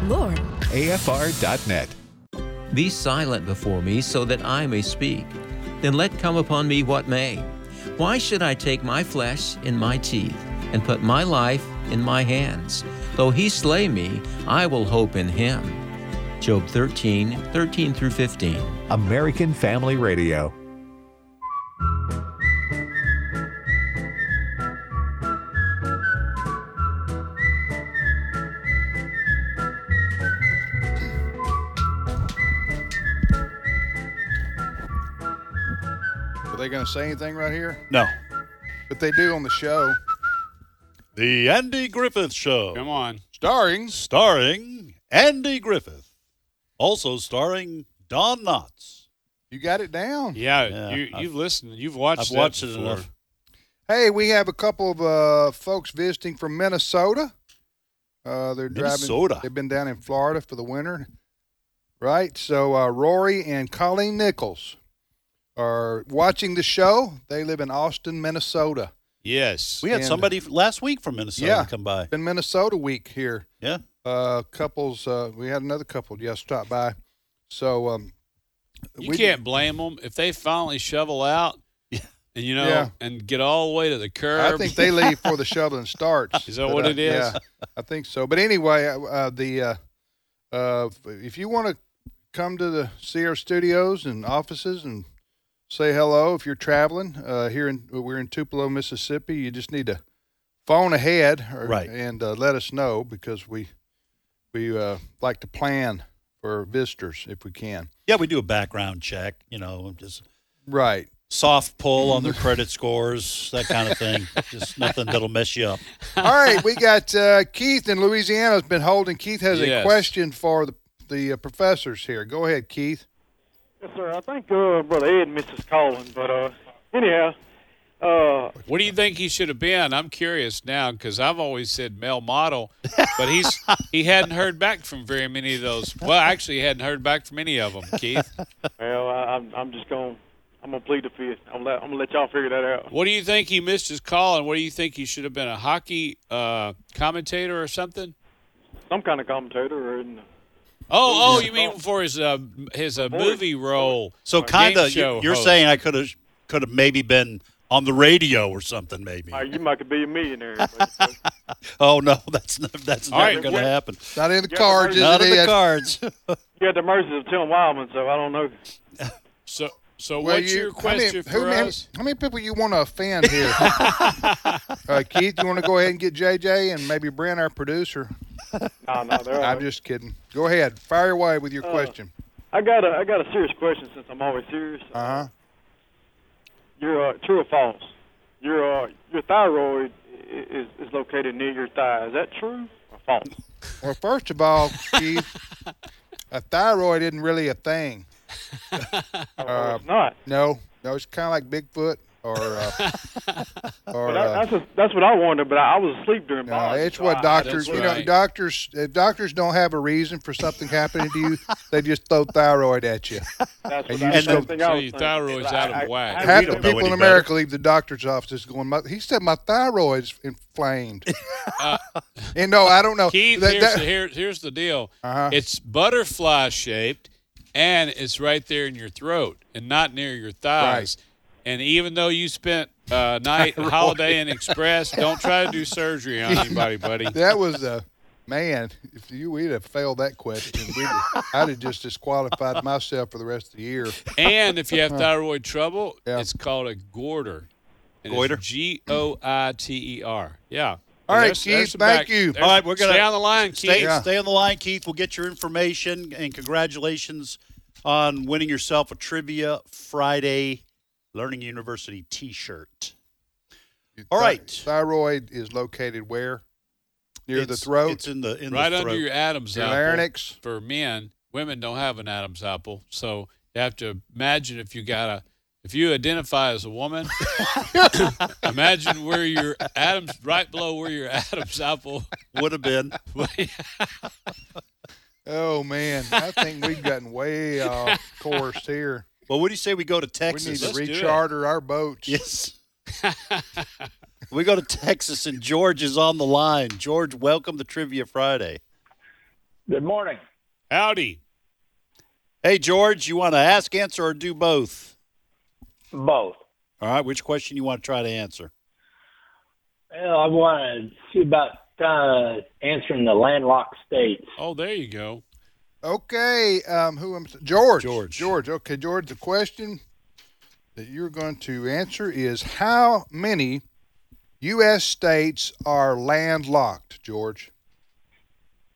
[SPEAKER 12] Lord.
[SPEAKER 1] AFR.net.
[SPEAKER 15] Be silent before me so that I may speak. Then let come upon me what may. Why should I take my flesh in my teeth and put my life in my hands? Though he slay me, I will hope in him. Job 13, 13 through 15.
[SPEAKER 1] American Family Radio.
[SPEAKER 3] Are they going to say anything right here?
[SPEAKER 4] No.
[SPEAKER 3] But they do on the show.
[SPEAKER 4] The Andy Griffith Show. Come
[SPEAKER 2] on.
[SPEAKER 4] Starring. Starring Andy Griffith. Also starring Don Knotts.
[SPEAKER 3] You got it down.
[SPEAKER 2] Yeah,
[SPEAKER 4] Yeah,
[SPEAKER 2] you,
[SPEAKER 4] I've-
[SPEAKER 2] you've listened. You've watched.
[SPEAKER 4] I've
[SPEAKER 2] that
[SPEAKER 4] watched it
[SPEAKER 2] before.
[SPEAKER 4] enough.
[SPEAKER 3] Hey, we have a couple of uh, folks visiting from Minnesota. Uh, they're driving.
[SPEAKER 4] Minnesota.
[SPEAKER 3] They've been down in Florida for the winter, right? So uh, Rory and Colleen Nichols are watching the show. They live in Austin, Minnesota.
[SPEAKER 2] Yes.
[SPEAKER 4] We had
[SPEAKER 3] And-
[SPEAKER 4] somebody f- last week from Minnesota
[SPEAKER 3] Yeah.
[SPEAKER 4] come by.
[SPEAKER 3] Been Minnesota week here.
[SPEAKER 4] Yeah.
[SPEAKER 3] Uh, couples. Uh, we had another couple just stop by. So um,
[SPEAKER 2] You
[SPEAKER 3] we-
[SPEAKER 2] can't blame them if they finally shovel out, and you know,
[SPEAKER 3] Yeah.
[SPEAKER 2] and get all the way to the curb.
[SPEAKER 3] I think they leave before the shoveling starts.
[SPEAKER 2] Is that
[SPEAKER 3] But
[SPEAKER 2] what
[SPEAKER 3] I-
[SPEAKER 2] it is?
[SPEAKER 3] Yeah, I think so. But anyway, uh, uh, the uh, uh, if you want to come to the see our studios and offices and say hello if you're traveling uh, here in we're in Tupelo, Mississippi. You just need to phone ahead or,
[SPEAKER 4] Right.
[SPEAKER 3] and uh, let us know because we we uh, like to plan for visitors if we can.
[SPEAKER 4] Yeah, we do a background check, you know, just
[SPEAKER 3] right
[SPEAKER 4] soft pull on their credit scores, that kind of thing. just nothing that'll mess you up.
[SPEAKER 3] All right, we got uh, Keith in Louisiana has been holding. Keith has
[SPEAKER 4] Yes.
[SPEAKER 3] a question for the the uh, professors here. Go ahead, Keith.
[SPEAKER 7] Yes, sir. I think uh, Brother Ed missed his calling, but uh, anyhow, uh,
[SPEAKER 2] What do you think he should have been? I'm curious now because I've always said male model, but he's he hadn't heard back from very many of those. Well, actually, he hadn't heard back from any of them, Keith.
[SPEAKER 7] well, I, I'm I'm just going. to I'm gonna plead the fifth. I'm, let, I'm gonna let y'all figure that out.
[SPEAKER 2] What do you think he missed his call, and what do you think he should have been a hockey uh, commentator or something?
[SPEAKER 7] Some kind of commentator, or in,
[SPEAKER 2] Oh, oh, you mean for his uh, his uh, movie role?
[SPEAKER 4] So
[SPEAKER 2] game
[SPEAKER 4] kind of
[SPEAKER 2] show
[SPEAKER 4] you, you're
[SPEAKER 2] host.
[SPEAKER 4] saying I could have could have maybe been on the radio or something maybe.
[SPEAKER 7] uh, you might could be a millionaire.
[SPEAKER 4] Oh no, that's not, that's
[SPEAKER 7] All
[SPEAKER 4] never
[SPEAKER 7] right,
[SPEAKER 4] going to
[SPEAKER 7] well-
[SPEAKER 4] happen.
[SPEAKER 3] Not in
[SPEAKER 7] the cards, is
[SPEAKER 4] Not
[SPEAKER 7] it,
[SPEAKER 4] in the
[SPEAKER 7] Ed?
[SPEAKER 4] cards.
[SPEAKER 7] you had the mercies of Tim Wildman, so I don't know.
[SPEAKER 2] So, so
[SPEAKER 3] Well, you- how many- who many- How many people you want to offend here? uh, Keith, you want to go ahead and get JJ and maybe Brent, our producer?
[SPEAKER 7] No, no, they're all
[SPEAKER 3] I'm
[SPEAKER 7] right.
[SPEAKER 3] just kidding. Go ahead, fire away with your
[SPEAKER 7] Uh,
[SPEAKER 3] question.
[SPEAKER 7] I got a I got a serious question since I'm always serious.
[SPEAKER 3] Uh huh.
[SPEAKER 7] Your uh, true or false? Your uh, your thyroid i- is is located near your thigh. Is that true or false?
[SPEAKER 3] Well, first of all, Keith, a thyroid isn't really a thing. Uh,
[SPEAKER 7] it's not.
[SPEAKER 3] No, no, it's kind of like Bigfoot or uh, or
[SPEAKER 7] But I-
[SPEAKER 3] uh,
[SPEAKER 7] that's a, that's what I wanted, but I, I was asleep during.
[SPEAKER 3] no,
[SPEAKER 7] bondage,
[SPEAKER 3] it's
[SPEAKER 7] so I-
[SPEAKER 3] what doctors you know. Doctors if doctors don't have a reason for something happening to you. They just throw thyroid at you.
[SPEAKER 7] That's what
[SPEAKER 3] and you
[SPEAKER 7] I,
[SPEAKER 3] just
[SPEAKER 7] that's
[SPEAKER 3] go-
[SPEAKER 7] the thing I
[SPEAKER 2] So
[SPEAKER 7] was
[SPEAKER 2] your
[SPEAKER 7] thinking.
[SPEAKER 2] thyroid's
[SPEAKER 7] I-
[SPEAKER 2] out of
[SPEAKER 7] I-
[SPEAKER 2] whack.
[SPEAKER 7] I-
[SPEAKER 3] Half
[SPEAKER 7] we
[SPEAKER 3] the
[SPEAKER 7] don't know
[SPEAKER 3] people in
[SPEAKER 7] any
[SPEAKER 3] America leave the doctor's office is going. "My- He said my thyroid's inflamed. and no, I don't know.
[SPEAKER 2] Keith,
[SPEAKER 3] That-
[SPEAKER 2] Uh, here's,
[SPEAKER 3] that-
[SPEAKER 2] the, here, here's the deal.
[SPEAKER 3] Uh-huh.
[SPEAKER 2] It's butterfly shaped, and it's right there in your throat, and not near your thighs. And even though you spent uh, night
[SPEAKER 3] Thyroid.
[SPEAKER 2] Holiday Inn Express, don't try to do surgery on anybody, buddy.
[SPEAKER 3] That was a man. If you we'd have failed that question, we'd, I'd have just disqualified myself for the rest of the year.
[SPEAKER 2] And if you have
[SPEAKER 3] Huh.
[SPEAKER 4] Uh-huh.
[SPEAKER 2] thyroid trouble, it's called a goiter. And it's
[SPEAKER 3] Goiter?
[SPEAKER 2] G O I T E R. Yeah.
[SPEAKER 4] All
[SPEAKER 2] And
[SPEAKER 4] right,
[SPEAKER 2] there's- there's
[SPEAKER 4] Keith,
[SPEAKER 2] some
[SPEAKER 4] thank
[SPEAKER 2] back-
[SPEAKER 4] you.
[SPEAKER 2] there's-
[SPEAKER 4] All right, we're gonna-
[SPEAKER 2] stay on the line, Keith.
[SPEAKER 4] Stay, stay on the line, Keith. We'll get your information and congratulations on winning yourself a Trivia Friday Learning University T-shirt. All right,
[SPEAKER 3] Thyroid is located where? Near the
[SPEAKER 4] It's-
[SPEAKER 3] throat.
[SPEAKER 4] it's in the- in
[SPEAKER 2] right under your Adam's
[SPEAKER 3] Your
[SPEAKER 2] apple.
[SPEAKER 3] larynx.
[SPEAKER 2] For men, women don't have an Adam's apple, so you have to imagine if you got a if you identify as a woman, imagine where your Adam's right below where your Adam's apple
[SPEAKER 4] would have been.
[SPEAKER 3] Oh man, I think we've gotten way off course here.
[SPEAKER 4] Well, what do you say we go to Texas?
[SPEAKER 3] We need to recharter our boats.
[SPEAKER 4] Yes. we go to Texas, and George is on the line. George, welcome to Trivia Friday.
[SPEAKER 16] Good morning.
[SPEAKER 2] Howdy.
[SPEAKER 4] Hey, George, you want to ask, answer, or do both?
[SPEAKER 16] Both.
[SPEAKER 4] All right, which question you want to try to answer?
[SPEAKER 16] Well, I want to see about uh, answering the landlocked states.
[SPEAKER 2] Oh, there you go.
[SPEAKER 3] Okay, um, who am George? George. George. Okay, George. The question that you're going to answer is how many U.S. states are landlocked, George?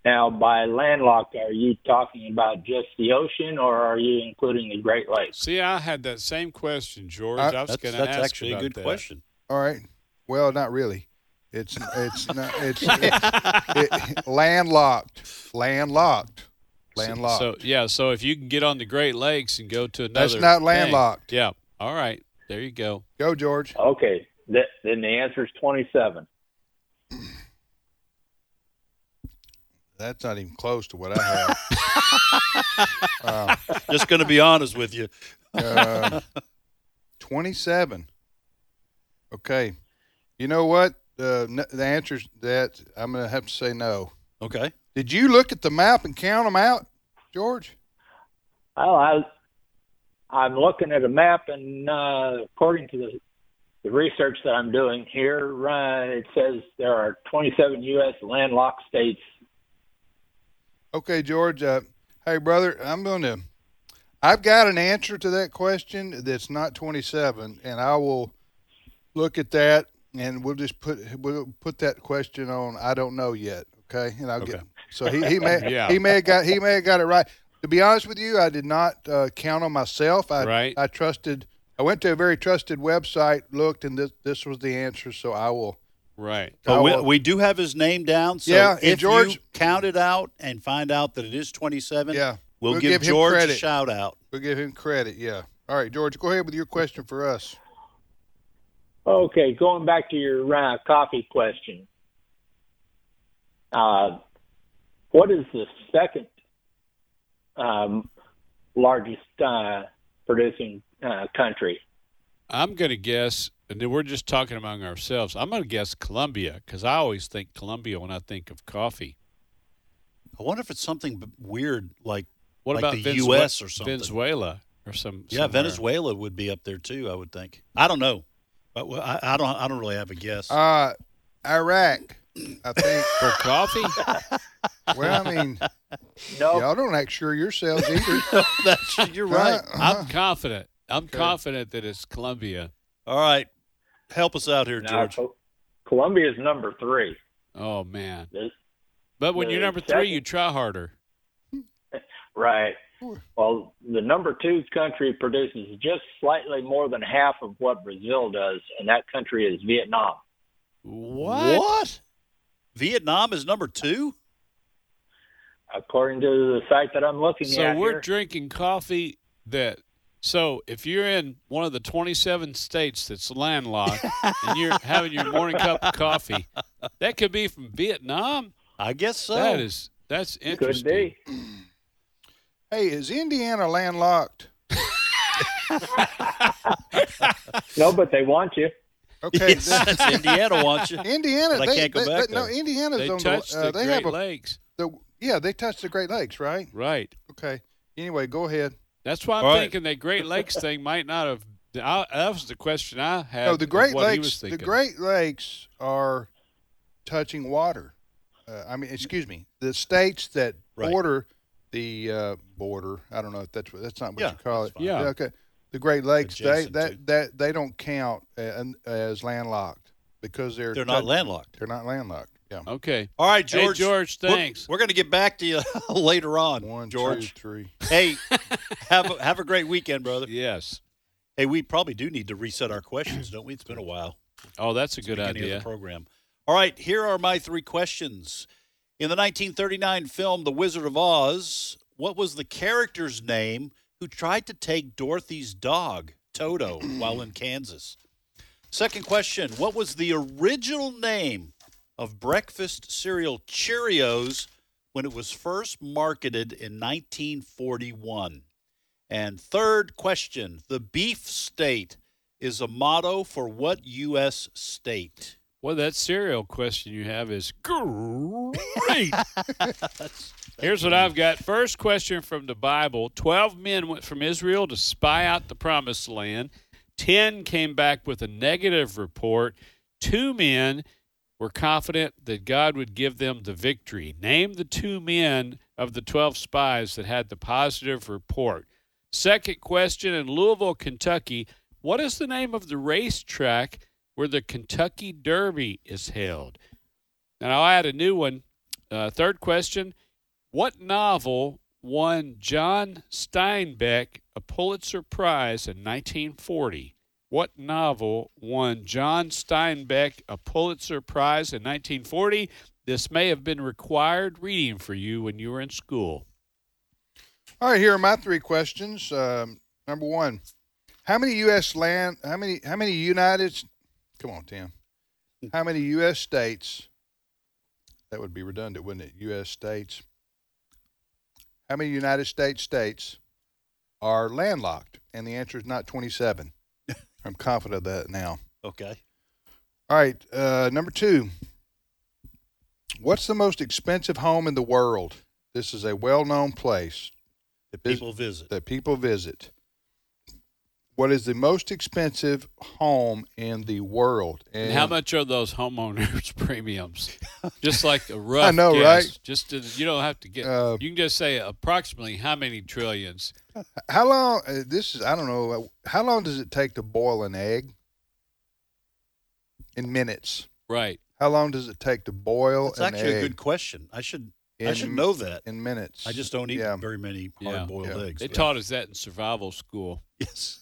[SPEAKER 16] Now, by landlocked, are you talking about just the ocean, or are you including the Great Lakes?
[SPEAKER 2] See, I had that same question, George.
[SPEAKER 3] Uh,
[SPEAKER 2] I was
[SPEAKER 3] that's-
[SPEAKER 2] going to ask
[SPEAKER 3] that's actually a
[SPEAKER 2] about
[SPEAKER 3] good
[SPEAKER 2] that.
[SPEAKER 3] question. All right. Well, not really. It's it's not it's it, landlocked, landlocked, landlocked.
[SPEAKER 2] So yeah, so if you can get on the Great Lakes and go to another,
[SPEAKER 3] That's not
[SPEAKER 2] thing.
[SPEAKER 3] landlocked.
[SPEAKER 2] Yeah. All right, there you go.
[SPEAKER 3] Go, George.
[SPEAKER 16] Okay, th- then the answer is 27.
[SPEAKER 3] That's not even close to what I have. Um,
[SPEAKER 4] Just going to be honest with you.
[SPEAKER 3] Uh, 27. Okay. You know what? Uh, n- the answer's that I'm going to have to say no.
[SPEAKER 4] Okay.
[SPEAKER 3] Did you look at the map and count them out, George?
[SPEAKER 16] Oh, I, I'm looking at a map, and uh, according to the, the research that I'm doing here, uh, it says there are 27 U.S. landlocked states.
[SPEAKER 3] Okay, George. Uh, hey, brother, I'm going to. I've got an answer to that question that's not 27, and I will look at that, and we'll just put we'll put that question on. I don't know yet. Okay, and I'll get. So he, he may
[SPEAKER 2] Yeah.
[SPEAKER 3] he may have got he may have got it right. to be honest with you, I did not uh, count on myself. I,
[SPEAKER 2] Right.
[SPEAKER 3] I trusted. I went to a very trusted website, looked, and this this was the answer. So I will.
[SPEAKER 2] Right.
[SPEAKER 4] But we,
[SPEAKER 3] I'll-
[SPEAKER 4] we do have his name down. So
[SPEAKER 3] Oh, Yeah, and
[SPEAKER 4] if
[SPEAKER 3] George-
[SPEAKER 4] you count it out and find out that it is 27,
[SPEAKER 3] Yeah,
[SPEAKER 4] we'll,
[SPEAKER 3] we'll
[SPEAKER 4] give,
[SPEAKER 3] give him
[SPEAKER 4] George a
[SPEAKER 3] credit.
[SPEAKER 4] shout out.
[SPEAKER 3] We'll give him credit. Yeah. All right, George, go ahead with your question for us.
[SPEAKER 16] Okay, going back to your uh, coffee question. Uh, what is the second um, largest uh, producing uh, country?
[SPEAKER 2] I'm going to guess, and then we're just talking among ourselves. I'm going to guess Colombia because I always think Colombia when I think of coffee.
[SPEAKER 4] I wonder if it's something b- weird like
[SPEAKER 2] What
[SPEAKER 4] like
[SPEAKER 2] about
[SPEAKER 4] the
[SPEAKER 2] Venezuela-
[SPEAKER 4] U.S. or something.
[SPEAKER 2] Venezuela or some.
[SPEAKER 4] Yeah, Venezuela would be up there too. I would think. I don't know. But well, I, I don't. I don't really have a guess.
[SPEAKER 3] Uh, Iraq, I think.
[SPEAKER 2] For coffee?
[SPEAKER 3] well, I mean, y'all don't act sure yourselves either.
[SPEAKER 4] That's, you're
[SPEAKER 3] right. Uh-huh.
[SPEAKER 2] I'm confident. I'm confident that it's Colombia.
[SPEAKER 4] All right, help us out here,
[SPEAKER 2] George.
[SPEAKER 16] Colombia is number three.
[SPEAKER 2] Oh man!
[SPEAKER 16] The-
[SPEAKER 2] But when
[SPEAKER 16] the
[SPEAKER 2] you're number three,
[SPEAKER 16] second-
[SPEAKER 2] you try harder.
[SPEAKER 16] Right. Well, the number two country produces just slightly more than half of what Brazil does, and that country is Vietnam.
[SPEAKER 4] What? What? Vietnam is number two.
[SPEAKER 16] According to the site that I'm looking
[SPEAKER 2] So
[SPEAKER 16] at
[SPEAKER 2] we're
[SPEAKER 16] here.
[SPEAKER 2] drinking coffee that. So if you're in one of the 27 states that's landlocked and you're having your morning cup of coffee, that could be from Vietnam.
[SPEAKER 4] I guess so.
[SPEAKER 2] That is that's interesting.
[SPEAKER 3] Hey, is Indiana landlocked?
[SPEAKER 16] No, but they want you.
[SPEAKER 3] Okay,
[SPEAKER 16] Yes,
[SPEAKER 3] then-
[SPEAKER 16] Indiana wants you.
[SPEAKER 3] Indiana,
[SPEAKER 16] But I
[SPEAKER 3] they,
[SPEAKER 16] can't go
[SPEAKER 3] they-
[SPEAKER 16] back
[SPEAKER 3] they- No,
[SPEAKER 16] there.
[SPEAKER 3] Indiana's
[SPEAKER 16] They
[SPEAKER 3] on
[SPEAKER 16] touched
[SPEAKER 3] the. Uh,
[SPEAKER 16] the
[SPEAKER 3] they
[SPEAKER 16] Great
[SPEAKER 3] have a,
[SPEAKER 2] Lakes.
[SPEAKER 3] The, yeah, they touched the Great Lakes, right?
[SPEAKER 2] Right.
[SPEAKER 3] Okay. Anyway, go ahead.
[SPEAKER 2] That's why I'm
[SPEAKER 3] All right.
[SPEAKER 2] thinking that Great Lakes thing might not have. I, that was the question I had.
[SPEAKER 3] No, the
[SPEAKER 2] of
[SPEAKER 3] Great
[SPEAKER 2] what he was
[SPEAKER 3] Lakes. The
[SPEAKER 2] thinking.
[SPEAKER 3] Great Lakes are touching water. Uh, I mean, excuse me, the states that
[SPEAKER 4] Right.
[SPEAKER 3] border the uh, border. I don't know if that's what that's not what
[SPEAKER 4] Yeah,
[SPEAKER 3] you call it.
[SPEAKER 4] that's fine. Yeah.
[SPEAKER 3] Okay. The Great Lakes. They
[SPEAKER 4] Adjacent
[SPEAKER 3] that, that they don't count a- as landlocked because they're
[SPEAKER 4] They're not
[SPEAKER 3] touch-
[SPEAKER 4] landlocked.
[SPEAKER 3] They're not landlocked. Yeah.
[SPEAKER 2] Okay.
[SPEAKER 4] All right,
[SPEAKER 2] Hey,
[SPEAKER 4] George.
[SPEAKER 2] George,
[SPEAKER 4] We're-
[SPEAKER 2] thanks.
[SPEAKER 4] We're, going to get back to you later on,
[SPEAKER 3] One, two,
[SPEAKER 4] George.
[SPEAKER 3] three.
[SPEAKER 4] Hey, have a, have a great weekend, brother.
[SPEAKER 2] Yes.
[SPEAKER 4] Hey, we probably do need to reset our questions, don't we? It's been a while.
[SPEAKER 2] Oh, that's a good
[SPEAKER 4] Beginning of
[SPEAKER 2] idea.
[SPEAKER 4] the program. All right, here are my three questions. In the 1939 film The Wizard of Oz, what was the character's name who tried to take Dorothy's dog, Toto, while in Kansas? Second question What was the original name of breakfast cereal Cheerios when it was first marketed in 1941? And third question The beef state is a motto for what U.S. state?
[SPEAKER 2] Well, that cereal question you have is great. Here's what I've got. First question from the Bible 12 men went from Israel to spy out the promised land, 10 came back with a negative report. Two men were confident that God would give them the victory. Name the two men of the 12 spies that had the positive report. Second question in Louisville, Kentucky. What is the name of the racetrack where the Kentucky Derby is held? And I'll add a new one. Uh, third question What novel won John Steinbeck a Pulitzer Prize in 1940? What novel won John Steinbeck a Pulitzer Prize in 1940? This may have been required reading for you when you were in school.
[SPEAKER 3] All right, here are my three questions. Um, number one, how many U.S. land? How many? How many United? Come on, Tim. How many U.S. states? That would be redundant, wouldn't it? U.S. states. How many United States states are landlocked? And the answer is not 27. I'm confident of that now.
[SPEAKER 4] Okay.
[SPEAKER 3] All right, uh, number two. What's the most expensive home in the world? This is a well-known place
[SPEAKER 4] That people visit.
[SPEAKER 3] that people visit. What is the most expensive home in the world?
[SPEAKER 2] And how much are those homeowners premiums? Just like a rough
[SPEAKER 3] I know,
[SPEAKER 2] guess.
[SPEAKER 3] right?
[SPEAKER 2] Just to, you don't have to get.
[SPEAKER 3] Uh,
[SPEAKER 2] you can just say approximately how many trillions.
[SPEAKER 3] How long? Uh, this is I don't know. uh, How long does it take to boil an egg? In minutes.
[SPEAKER 2] Right.
[SPEAKER 3] How long does it take to boil
[SPEAKER 4] That's
[SPEAKER 3] an egg?
[SPEAKER 4] actually a good question. I should I should know that.
[SPEAKER 3] in minutes.
[SPEAKER 4] I just don't eat very many hard boiled
[SPEAKER 2] Yeah.
[SPEAKER 4] eggs.
[SPEAKER 2] They
[SPEAKER 4] but-
[SPEAKER 2] taught us that in survival school.
[SPEAKER 4] Yes.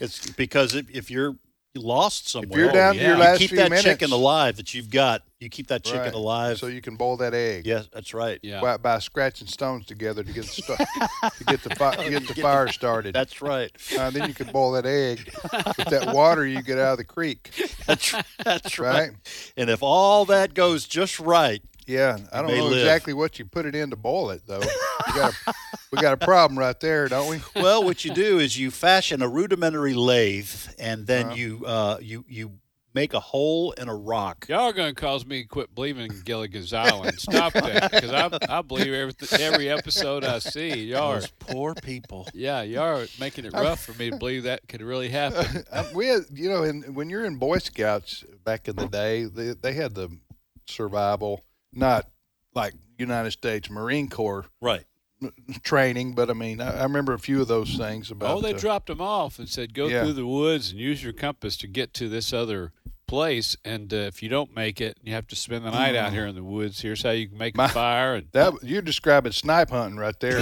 [SPEAKER 4] It's because if, if you're lost somewhere,
[SPEAKER 3] you're down to your
[SPEAKER 4] you
[SPEAKER 3] last
[SPEAKER 4] keep
[SPEAKER 3] few
[SPEAKER 4] that
[SPEAKER 3] minutes-
[SPEAKER 4] chicken alive that you've got. You keep that chicken
[SPEAKER 3] Right.
[SPEAKER 4] alive.
[SPEAKER 3] So you can boil that egg.
[SPEAKER 4] Yes, that's right. Yeah.
[SPEAKER 3] By, by scratching stones together to get the stu- to get the fi- to get the
[SPEAKER 4] Get
[SPEAKER 3] fire
[SPEAKER 4] the-
[SPEAKER 3] started.
[SPEAKER 4] That's right.
[SPEAKER 3] Uh, then you can boil that egg with that water you get out of the creek.
[SPEAKER 4] That's, that's right. And if all that goes just right,
[SPEAKER 3] yeah, I don't know exactly what you put it in to boil it though. You got a, we got a problem right there, don't we?
[SPEAKER 4] well, what you do is you fashion a rudimentary lathe, and then
[SPEAKER 3] Uh-huh.
[SPEAKER 4] you uh, you you make a hole in a rock.
[SPEAKER 2] Y'all are going to cause me to quit believing in Gilligan's Island. Stop that, because I, I believe everything, every episode I see. Y'all are
[SPEAKER 4] Those poor people.
[SPEAKER 2] Yeah, y'all are making it rough for me to believe that could really happen.
[SPEAKER 3] Uh, we had, you know, in, when you're in Boy Scouts back in the day, they, they had the survival, not like United States Marine Corps
[SPEAKER 4] right
[SPEAKER 3] training, but I mean, I, I remember a few of those things about.
[SPEAKER 2] oh, they
[SPEAKER 3] uh,
[SPEAKER 2] dropped them off and said, "Go
[SPEAKER 3] Yeah.
[SPEAKER 2] through the woods and use your compass to get to this other place. And uh, if you don't make it, you have to spend the night
[SPEAKER 4] Mm.
[SPEAKER 2] out here in the woods. Here's how you can make a fire." And
[SPEAKER 3] that you're describing snipe hunting right there.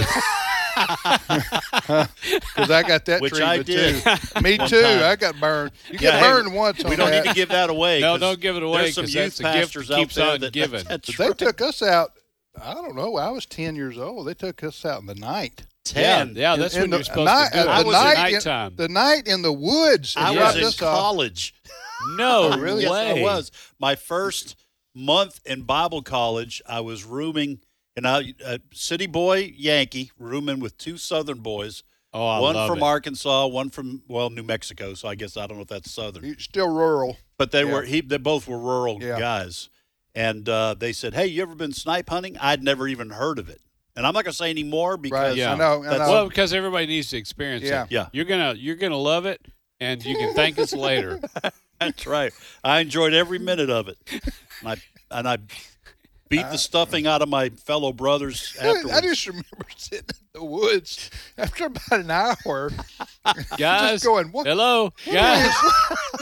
[SPEAKER 3] Because I got that
[SPEAKER 2] Which
[SPEAKER 3] treatment
[SPEAKER 2] I did
[SPEAKER 3] too. Me
[SPEAKER 2] one
[SPEAKER 3] too.
[SPEAKER 2] time.
[SPEAKER 3] I got burned. You
[SPEAKER 2] Yeah,
[SPEAKER 3] got
[SPEAKER 2] hey,
[SPEAKER 3] burned once.
[SPEAKER 2] we
[SPEAKER 3] on
[SPEAKER 2] don't need
[SPEAKER 3] that.
[SPEAKER 2] to give that away
[SPEAKER 4] No, 'cause don't give it away there's some 'cause youth that's a gift pastors that out keeps there on that- giving. that's
[SPEAKER 3] But they took us out. I don't know. I was ten years old. They took us out in the night.
[SPEAKER 4] 10? Yeah, yeah, that's
[SPEAKER 3] In- in
[SPEAKER 4] when you're
[SPEAKER 3] the
[SPEAKER 4] supposed to
[SPEAKER 3] night- uh,
[SPEAKER 4] do it.
[SPEAKER 3] the
[SPEAKER 4] I was in
[SPEAKER 3] night in-
[SPEAKER 4] nighttime.
[SPEAKER 3] The night in the woods. They
[SPEAKER 4] I
[SPEAKER 3] dropped
[SPEAKER 4] was in
[SPEAKER 3] us off.
[SPEAKER 4] college.
[SPEAKER 2] uh, No
[SPEAKER 4] Oh, really? Yes,
[SPEAKER 2] way.
[SPEAKER 4] I was. My first month in Bible college, I was rooming, and I a city boy Yankee rooming with two Southern boys.
[SPEAKER 2] Oh, I
[SPEAKER 4] one
[SPEAKER 2] love
[SPEAKER 4] from
[SPEAKER 2] it.
[SPEAKER 4] Arkansas, one from well New Mexico. So I guess I don't know if that's Southern.
[SPEAKER 3] Still rural.
[SPEAKER 4] But they
[SPEAKER 3] Yeah.
[SPEAKER 4] were he, they both were rural guys, and uh, they said, "Hey, you ever been snipe hunting?" I'd never even heard of it, and I'm not going to say any more because
[SPEAKER 2] yeah,
[SPEAKER 4] that's-
[SPEAKER 2] well, because everybody needs to experience
[SPEAKER 4] Yeah.
[SPEAKER 2] it.
[SPEAKER 4] Yeah.
[SPEAKER 2] you're gonna you're gonna love it, and you can thank us later.
[SPEAKER 4] That's right. I enjoyed every minute of it, and I and I beat
[SPEAKER 3] Uh,
[SPEAKER 4] the stuffing out of my fellow brothers afterwards.
[SPEAKER 3] I just remember sitting in the woods after about an hour.
[SPEAKER 2] Guys,
[SPEAKER 3] just going, what,
[SPEAKER 2] hello,
[SPEAKER 3] what
[SPEAKER 2] guys."
[SPEAKER 3] is-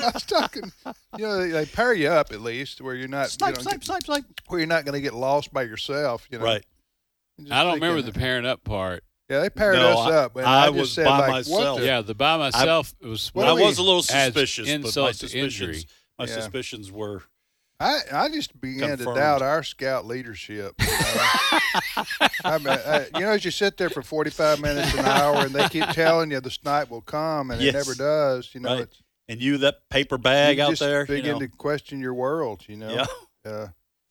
[SPEAKER 3] I was talking. You know, they, they pair you up at least where you're not
[SPEAKER 4] Snipe,
[SPEAKER 3] you know,
[SPEAKER 4] snipe,
[SPEAKER 3] get-
[SPEAKER 4] snipe, snipe.
[SPEAKER 3] where you're not going to get lost by yourself. You know,
[SPEAKER 4] Right.
[SPEAKER 3] Just
[SPEAKER 2] I don't remember
[SPEAKER 3] thinking-
[SPEAKER 2] the pairing up part.
[SPEAKER 3] Yeah, they paired
[SPEAKER 2] No,
[SPEAKER 3] us
[SPEAKER 2] I-
[SPEAKER 3] up. And
[SPEAKER 2] I
[SPEAKER 3] I, just
[SPEAKER 2] was
[SPEAKER 3] said,
[SPEAKER 2] by
[SPEAKER 3] like,
[SPEAKER 2] myself.
[SPEAKER 3] What the,
[SPEAKER 2] Yeah, the by myself was-
[SPEAKER 3] what
[SPEAKER 4] I
[SPEAKER 3] do we-
[SPEAKER 4] was a little
[SPEAKER 2] adds
[SPEAKER 4] suspicious, but my
[SPEAKER 2] insult to
[SPEAKER 4] suspicions,
[SPEAKER 2] injury.
[SPEAKER 4] my
[SPEAKER 3] Yeah.
[SPEAKER 4] suspicions were
[SPEAKER 3] I, I just began
[SPEAKER 4] Confirmed.
[SPEAKER 3] to doubt our scout leadership. you know. I mean, I, you know, as you sit there for 45 minutes, an hour, and they keep telling you the snipe will come, and
[SPEAKER 4] Yes.
[SPEAKER 3] it never does. You know,
[SPEAKER 4] right.
[SPEAKER 3] it's,
[SPEAKER 4] And you that paper bag
[SPEAKER 3] you
[SPEAKER 4] out
[SPEAKER 3] just
[SPEAKER 4] there, you
[SPEAKER 3] begin
[SPEAKER 4] know.
[SPEAKER 3] to question your world. You know, uh,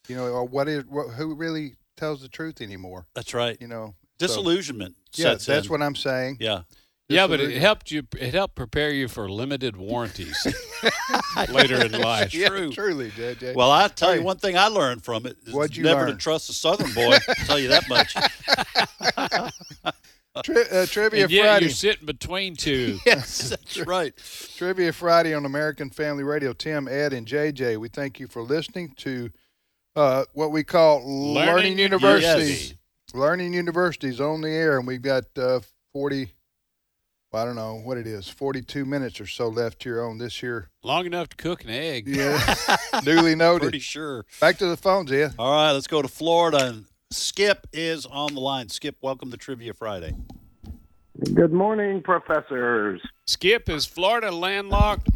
[SPEAKER 3] you know, or what is what, who really tells the truth anymore?
[SPEAKER 4] That's right.
[SPEAKER 3] You know, so-
[SPEAKER 4] disillusionment.
[SPEAKER 3] yeah,
[SPEAKER 4] sets
[SPEAKER 3] that's
[SPEAKER 4] in.
[SPEAKER 3] what I'm saying.
[SPEAKER 4] Yeah.
[SPEAKER 2] Yeah, but it helped you. It helped prepare you for limited warranties later in life.
[SPEAKER 4] It's true.
[SPEAKER 3] truly, JJ.
[SPEAKER 4] Well, I tell you
[SPEAKER 3] Hey.
[SPEAKER 4] one thing I learned from it: is
[SPEAKER 3] What'd you
[SPEAKER 4] never to
[SPEAKER 3] learn?
[SPEAKER 4] trust a Southern boy. I'll tell you that much.
[SPEAKER 3] Tri- uh, trivia
[SPEAKER 2] And yet
[SPEAKER 3] Friday.
[SPEAKER 2] you're sitting between two.
[SPEAKER 4] yes, that's right.
[SPEAKER 3] Trivia Friday on American Family Radio. Tim, Ed, and JJ, we thank you for listening to uh, what we call Learning,
[SPEAKER 2] Learning
[SPEAKER 3] University.
[SPEAKER 2] University.
[SPEAKER 3] Learning University is on the air, and we've got uh, 40, well, I don't know what it is, 42 minutes or so left here on this here.
[SPEAKER 2] Long enough to cook an egg.
[SPEAKER 3] Yeah. Duly noted.
[SPEAKER 4] Pretty sure.
[SPEAKER 3] Back to the phones, yeah.
[SPEAKER 4] All right, let's go to Florida. And Skip is on the line. Skip, welcome to Trivia Friday.
[SPEAKER 17] Good morning, professors.
[SPEAKER 2] Skip is Florida landlocked.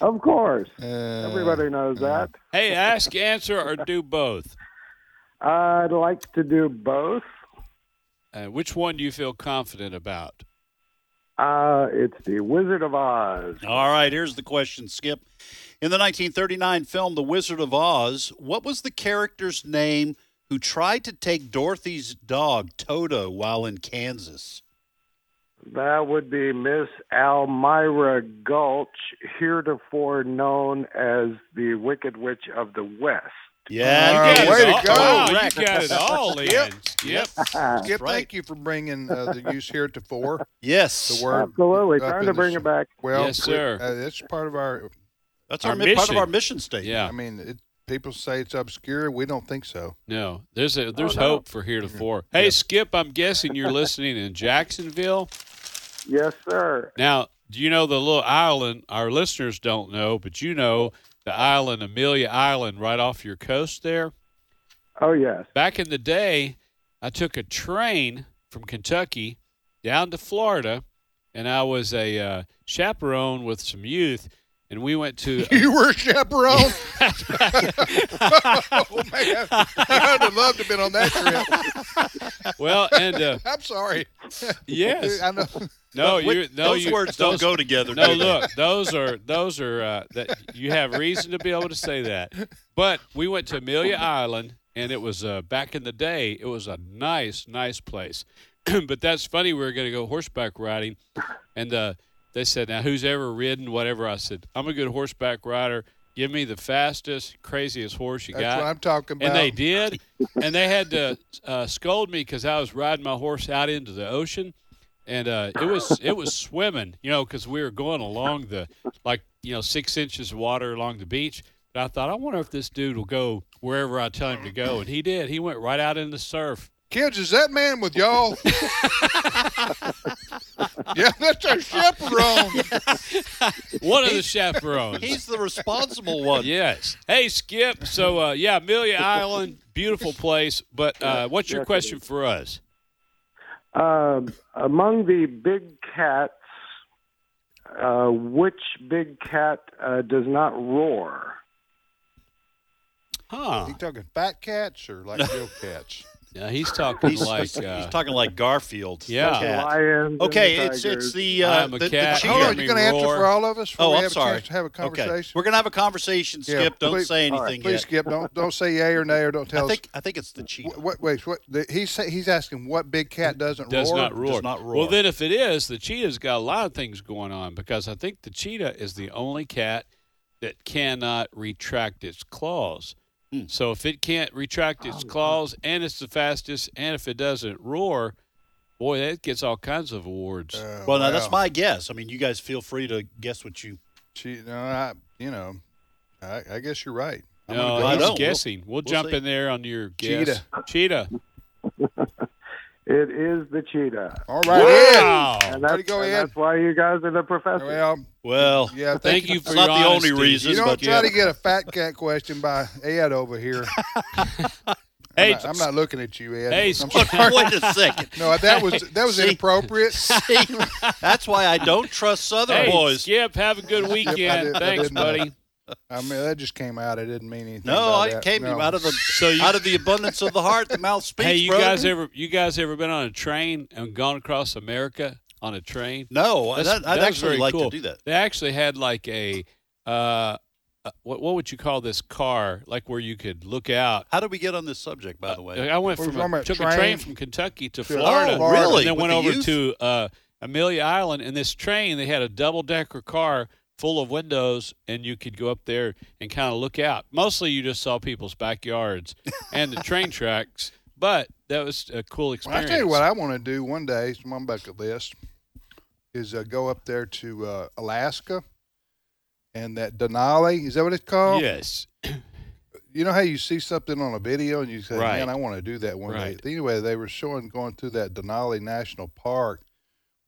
[SPEAKER 17] Of course.
[SPEAKER 3] Uh,
[SPEAKER 17] Everybody knows that.
[SPEAKER 2] Hey, ask, answer, or do both.
[SPEAKER 17] I'd like to do both.
[SPEAKER 2] Uh, which one do you feel confident about?
[SPEAKER 17] Uh, it's The Wizard of Oz.
[SPEAKER 4] All right, here's the question, Skip. In the 1939 film The Wizard of Oz, what was the character's name who tried to take Dorothy's dog, Toto, while in Kansas?
[SPEAKER 17] That would be Miss Almira Gulch, heretofore known as the Wicked Witch of the West.
[SPEAKER 4] Yeah,
[SPEAKER 3] you got it way all- to go. wow, you
[SPEAKER 17] Correct.
[SPEAKER 3] got it all in.
[SPEAKER 2] Yep.
[SPEAKER 3] Yep. Skip, thank you for bringing uh, the use here to four.
[SPEAKER 4] Yes.
[SPEAKER 3] The word
[SPEAKER 17] Absolutely.
[SPEAKER 3] up
[SPEAKER 17] Trying to
[SPEAKER 3] in the
[SPEAKER 17] bring
[SPEAKER 3] sh-
[SPEAKER 17] it back.
[SPEAKER 3] Well,
[SPEAKER 17] Yes,
[SPEAKER 3] we-
[SPEAKER 17] sir.
[SPEAKER 3] uh, that's part of our.
[SPEAKER 4] That's our Our mi- part of mission. our mission statement. Yeah.
[SPEAKER 3] I mean, it, people say it's obscure. We don't think so.
[SPEAKER 2] No, there's a there's
[SPEAKER 17] Oh,
[SPEAKER 3] no.
[SPEAKER 2] hope for heretofore. Hey, Skip, I'm guessing you're listening in Jacksonville.
[SPEAKER 17] Yes, sir.
[SPEAKER 2] Now, do you know the little island our listeners don't know, but you know the island, Amelia Island, right off your coast there.
[SPEAKER 17] Oh, yes.
[SPEAKER 2] Back in the day, I took a train from Kentucky down to Florida, and I was a uh, chaperone with some youth, and we went to.
[SPEAKER 3] You were a chaperone? oh, man. I would have loved to have been on that trip.
[SPEAKER 2] Well, and uh,
[SPEAKER 3] I'm sorry.
[SPEAKER 2] Yes.
[SPEAKER 3] I know.
[SPEAKER 2] No,
[SPEAKER 3] But
[SPEAKER 2] you.
[SPEAKER 3] what-
[SPEAKER 2] No,
[SPEAKER 4] those
[SPEAKER 2] you-
[SPEAKER 4] words don't
[SPEAKER 2] those-
[SPEAKER 4] go together,
[SPEAKER 2] No,
[SPEAKER 4] do they?
[SPEAKER 2] look, those are those are uh, that you have reason to be able to say that. But we went to Amelia Island, and it was uh, back in the day. It was a nice, nice place. but that's funny. We were going to go horseback riding, and uh, they said, "Now, who's ever ridden whatever?" I said, "I'm a good horseback rider. Give me the fastest, craziest horse you
[SPEAKER 3] That's
[SPEAKER 2] got."
[SPEAKER 3] what I'm talking
[SPEAKER 2] And they
[SPEAKER 3] about.
[SPEAKER 2] did, and they had to uh, scold me because I was riding my horse out into the ocean and uh, it was it was swimming, you know, because we were going along the like you know six inches of water along the beach. And I thought, I wonder if this dude will go wherever I tell him to go, and he did. He went right out in the surf.
[SPEAKER 3] Kids, is that man with y'all? yeah, that's our chaperone.
[SPEAKER 2] One of the chaperones.
[SPEAKER 4] He's the responsible one.
[SPEAKER 2] Yes. Hey, Skip. So uh, yeah, Amelia Island, beautiful place. But uh, what's
[SPEAKER 17] Yes,
[SPEAKER 2] your
[SPEAKER 17] it
[SPEAKER 2] question for us?
[SPEAKER 17] Um, among the big cats, uh, which big cat uh, does not roar?
[SPEAKER 2] Huh?
[SPEAKER 3] You talking fat cats or like real cats?
[SPEAKER 2] Yeah, he's talking
[SPEAKER 4] He's-
[SPEAKER 2] like
[SPEAKER 4] he's
[SPEAKER 2] uh,
[SPEAKER 4] talking like Garfield. the
[SPEAKER 2] Yeah.
[SPEAKER 4] cat.
[SPEAKER 17] Lions and
[SPEAKER 4] Okay,
[SPEAKER 17] the
[SPEAKER 4] it's it's
[SPEAKER 17] tigers.
[SPEAKER 4] the uh,
[SPEAKER 2] I'm a
[SPEAKER 4] the, the
[SPEAKER 2] cat.
[SPEAKER 4] cheetah.
[SPEAKER 2] Hold on,
[SPEAKER 3] Are you going to answer for all of us? before
[SPEAKER 4] Oh,
[SPEAKER 3] we
[SPEAKER 4] I'm
[SPEAKER 3] have a
[SPEAKER 4] sorry.
[SPEAKER 3] chance to have a conversation.
[SPEAKER 4] Okay. We're gonna have a conversation, Skip. Don't
[SPEAKER 3] please-
[SPEAKER 4] say
[SPEAKER 3] all right,
[SPEAKER 4] anything
[SPEAKER 3] please,
[SPEAKER 4] yet.
[SPEAKER 3] Skip. Don't don't say yay or nay or don't tell
[SPEAKER 4] I think I think it's the cheetah.
[SPEAKER 3] us. What? Wait. What? The, he's sa- he's asking what big cat doesn't
[SPEAKER 2] does
[SPEAKER 3] roar?
[SPEAKER 2] not roar. Well, then if it is, the cheetah's got a lot of things going on because I think the cheetah is the only cat that cannot retract its claws.
[SPEAKER 4] Hmm.
[SPEAKER 2] So if it can't retract
[SPEAKER 17] Oh,
[SPEAKER 2] its claws and it's the fastest, and if it doesn't roar, boy, that gets all kinds of awards.
[SPEAKER 4] well, now that's my guess. I mean, you guys feel free to guess what you.
[SPEAKER 3] She, no, I, you know, I, I guess you're right. I'm
[SPEAKER 2] no,
[SPEAKER 3] gonna go-
[SPEAKER 2] I'm just guessing. We'll, jump
[SPEAKER 3] see.
[SPEAKER 2] in there on your guess. Cheetah.
[SPEAKER 3] Cheetah.
[SPEAKER 17] It is the cheetah.
[SPEAKER 3] All
[SPEAKER 2] right, Wow. Ed.
[SPEAKER 17] And that's,
[SPEAKER 2] Way to go,
[SPEAKER 17] and
[SPEAKER 2] Ed.
[SPEAKER 17] that's why you guys are the professors.
[SPEAKER 3] Well,
[SPEAKER 4] Well,
[SPEAKER 3] yeah.
[SPEAKER 2] Thank you for
[SPEAKER 4] It's not
[SPEAKER 2] your
[SPEAKER 4] the only
[SPEAKER 2] honesty.
[SPEAKER 4] reason,
[SPEAKER 3] You don't
[SPEAKER 4] but-
[SPEAKER 3] try to get a fat cat question by Ed over here. I'm,
[SPEAKER 2] Hey,
[SPEAKER 3] not, I'm not looking at you, Ed.
[SPEAKER 2] Hey,
[SPEAKER 3] I'm
[SPEAKER 2] Skip.
[SPEAKER 3] sorry.
[SPEAKER 4] Wait a second.
[SPEAKER 3] No, that was that was
[SPEAKER 4] See?
[SPEAKER 3] inappropriate.
[SPEAKER 4] That's why I don't trust Southern
[SPEAKER 2] Hey,
[SPEAKER 4] boys.
[SPEAKER 2] Skip, have a good
[SPEAKER 3] Skip, I
[SPEAKER 2] weekend.
[SPEAKER 3] did- I
[SPEAKER 2] Thanks,
[SPEAKER 3] didn't know.
[SPEAKER 2] buddy.
[SPEAKER 3] I mean, that just came out. I didn't mean anything.
[SPEAKER 4] No,
[SPEAKER 3] about
[SPEAKER 4] I
[SPEAKER 3] that.
[SPEAKER 4] came
[SPEAKER 3] No.
[SPEAKER 4] out of the
[SPEAKER 2] So you-
[SPEAKER 4] out of the abundance of the heart, the mouth speaks.
[SPEAKER 2] Hey, you
[SPEAKER 4] brother.
[SPEAKER 2] guys ever you guys ever been on a train and gone across America on a train?
[SPEAKER 4] No,
[SPEAKER 2] That's-
[SPEAKER 4] that- I'd
[SPEAKER 2] that's
[SPEAKER 4] actually
[SPEAKER 2] very
[SPEAKER 4] like to
[SPEAKER 2] cool.
[SPEAKER 4] do that.
[SPEAKER 2] They actually had like a uh, uh, what what would you call this car? Like where you could look out. Uh,
[SPEAKER 4] How did we get on this subject, by the way?
[SPEAKER 2] I went
[SPEAKER 4] We're
[SPEAKER 2] from
[SPEAKER 4] talking
[SPEAKER 2] a,
[SPEAKER 4] about
[SPEAKER 2] took a train
[SPEAKER 4] train
[SPEAKER 2] from Kentucky to
[SPEAKER 4] to
[SPEAKER 2] Florida.
[SPEAKER 4] Florida. Really?
[SPEAKER 2] And then
[SPEAKER 4] With
[SPEAKER 2] went
[SPEAKER 4] the
[SPEAKER 2] over
[SPEAKER 4] youth?
[SPEAKER 2] to uh, Amelia Island. And this train, they had a double decker car full of windows, and you could go up there and kind of look out. Mostly, you just saw people's backyards and the train tracks. But that was a cool
[SPEAKER 3] Well, I
[SPEAKER 2] experience.
[SPEAKER 3] tell you what, I want to do one day. It's on my bucket list. Is uh, go up there to uh, Alaska, and that Denali is that what it's called?
[SPEAKER 2] Yes.
[SPEAKER 3] You know how you see something on a video and you say,
[SPEAKER 2] Right.
[SPEAKER 3] "Man, I want to do that one
[SPEAKER 2] Right.
[SPEAKER 3] day." Anyway, they were showing going through that Denali National Park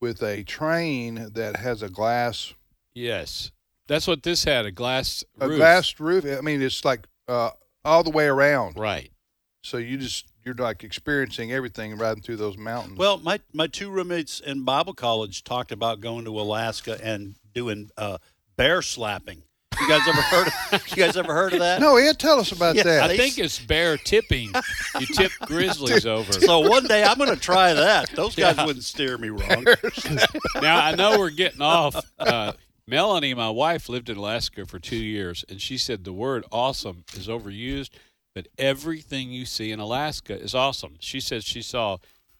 [SPEAKER 3] with a train that has a glass
[SPEAKER 2] Yes. That's what this had a glass
[SPEAKER 3] a
[SPEAKER 2] roof.
[SPEAKER 3] glass roof. I mean, it's like uh, all the way around.
[SPEAKER 2] Right.
[SPEAKER 3] So you just you're like experiencing everything riding through those mountains.
[SPEAKER 4] Well, my my two roommates in Bible college talked about going to Alaska and doing uh, bear slapping. You guys ever heard? Of, you guys ever heard of that?
[SPEAKER 3] No, Ed, tell us about
[SPEAKER 4] Yeah,
[SPEAKER 3] that.
[SPEAKER 2] I think it's bear tipping. you tip grizzlies over.
[SPEAKER 4] So one day I'm going to try that. Those guys
[SPEAKER 2] Yeah.
[SPEAKER 4] wouldn't steer me wrong.
[SPEAKER 2] now I know we're getting off. Uh, Melanie, my wife, lived in Alaska for two years, and she said the word "awesome" is overused, but everything you see in Alaska is awesome. She said she saw,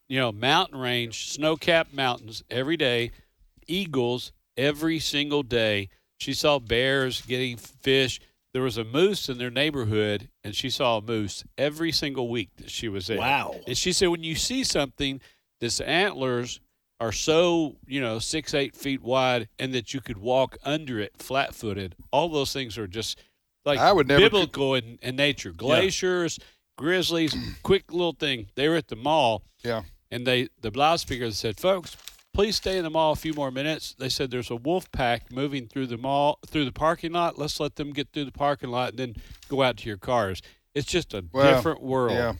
[SPEAKER 2] you know, mountain range, snow-capped mountains every day, eagles every single day. She saw bears getting fish. There was a moose in their neighborhood, and she saw a moose every single week that she was there.
[SPEAKER 4] Wow.
[SPEAKER 2] And she said, when you see something, this antlers are so, you know, six, eight feet wide, and that you could walk under it flat footed. All those things are just like
[SPEAKER 3] I would never-
[SPEAKER 2] biblical in, in nature. Glaciers, grizzlies, quick little thing. They were at the mall,
[SPEAKER 3] yeah.
[SPEAKER 2] and they the loudspeaker said, folks, Please stay in the mall a few more minutes. They said there's a wolf pack moving through the mall, through the parking lot. Let's let them get through the parking lot and then go out to your cars. It's just a
[SPEAKER 4] Well,
[SPEAKER 2] different world.
[SPEAKER 4] yeah.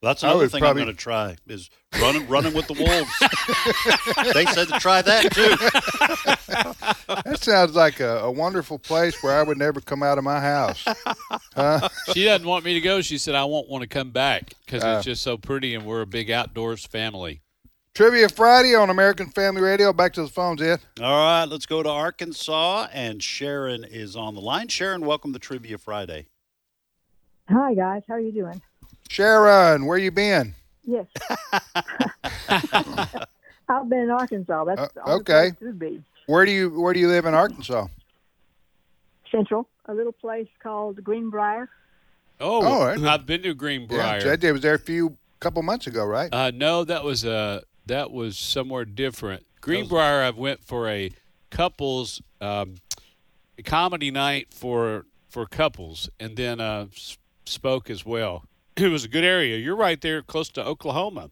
[SPEAKER 4] That's
[SPEAKER 2] I
[SPEAKER 4] another
[SPEAKER 2] would
[SPEAKER 4] thing
[SPEAKER 2] probably-
[SPEAKER 4] I'm going to try is running, running with the wolves. they said to try that too.
[SPEAKER 3] That sounds like a, a wonderful place where I would never come out of my house. Huh?
[SPEAKER 2] she doesn't want me to go. She said I won't want to come back because
[SPEAKER 3] Uh.
[SPEAKER 2] it's just so pretty and we're a big outdoors family.
[SPEAKER 3] Trivia Friday on American Family Radio. Back to the phones, Ed.
[SPEAKER 4] All right, let's go to Arkansas, and Sharon is on the line. Sharon, welcome to Trivia Friday.
[SPEAKER 18] Hi guys, how are you doing?
[SPEAKER 3] Sharon, where you been?
[SPEAKER 18] Yes. I've been in Arkansas. That's
[SPEAKER 3] Uh,
[SPEAKER 18] the only
[SPEAKER 3] okay.
[SPEAKER 18] place to be.
[SPEAKER 3] Where do you Where do you live in Arkansas?
[SPEAKER 18] Central, a little place called Greenbrier.
[SPEAKER 2] Oh,
[SPEAKER 3] All right.
[SPEAKER 2] I've been to Greenbrier.
[SPEAKER 3] Yeah, J.J. was there a few couple months ago, right?
[SPEAKER 2] Uh, no, that was uh, that was somewhere different. Greenbrier, I went for a couples um, comedy night for for couples, and then uh, s- spoke as well. It was a good area. You're right there, close to Oklahoma.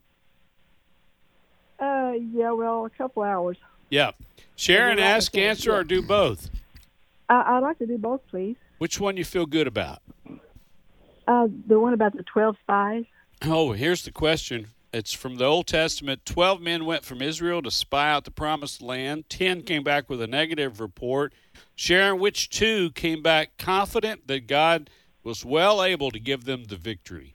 [SPEAKER 18] Uh, yeah, well, a couple hours.
[SPEAKER 2] Yeah. Sharon,
[SPEAKER 18] You're right,
[SPEAKER 2] ask,
[SPEAKER 18] okay,
[SPEAKER 2] answer,
[SPEAKER 18] yeah.
[SPEAKER 2] or do both.
[SPEAKER 18] I- I'd like to do both, please.
[SPEAKER 2] Which one you feel good about?
[SPEAKER 18] Uh, the one about the twelve spies.
[SPEAKER 2] Oh, here's the question. It's from the Old Testament. Twelve men went from Israel to spy out the promised land. Ten came back with a negative report. Sharon, which two came back confident that God was well able to give them the victory?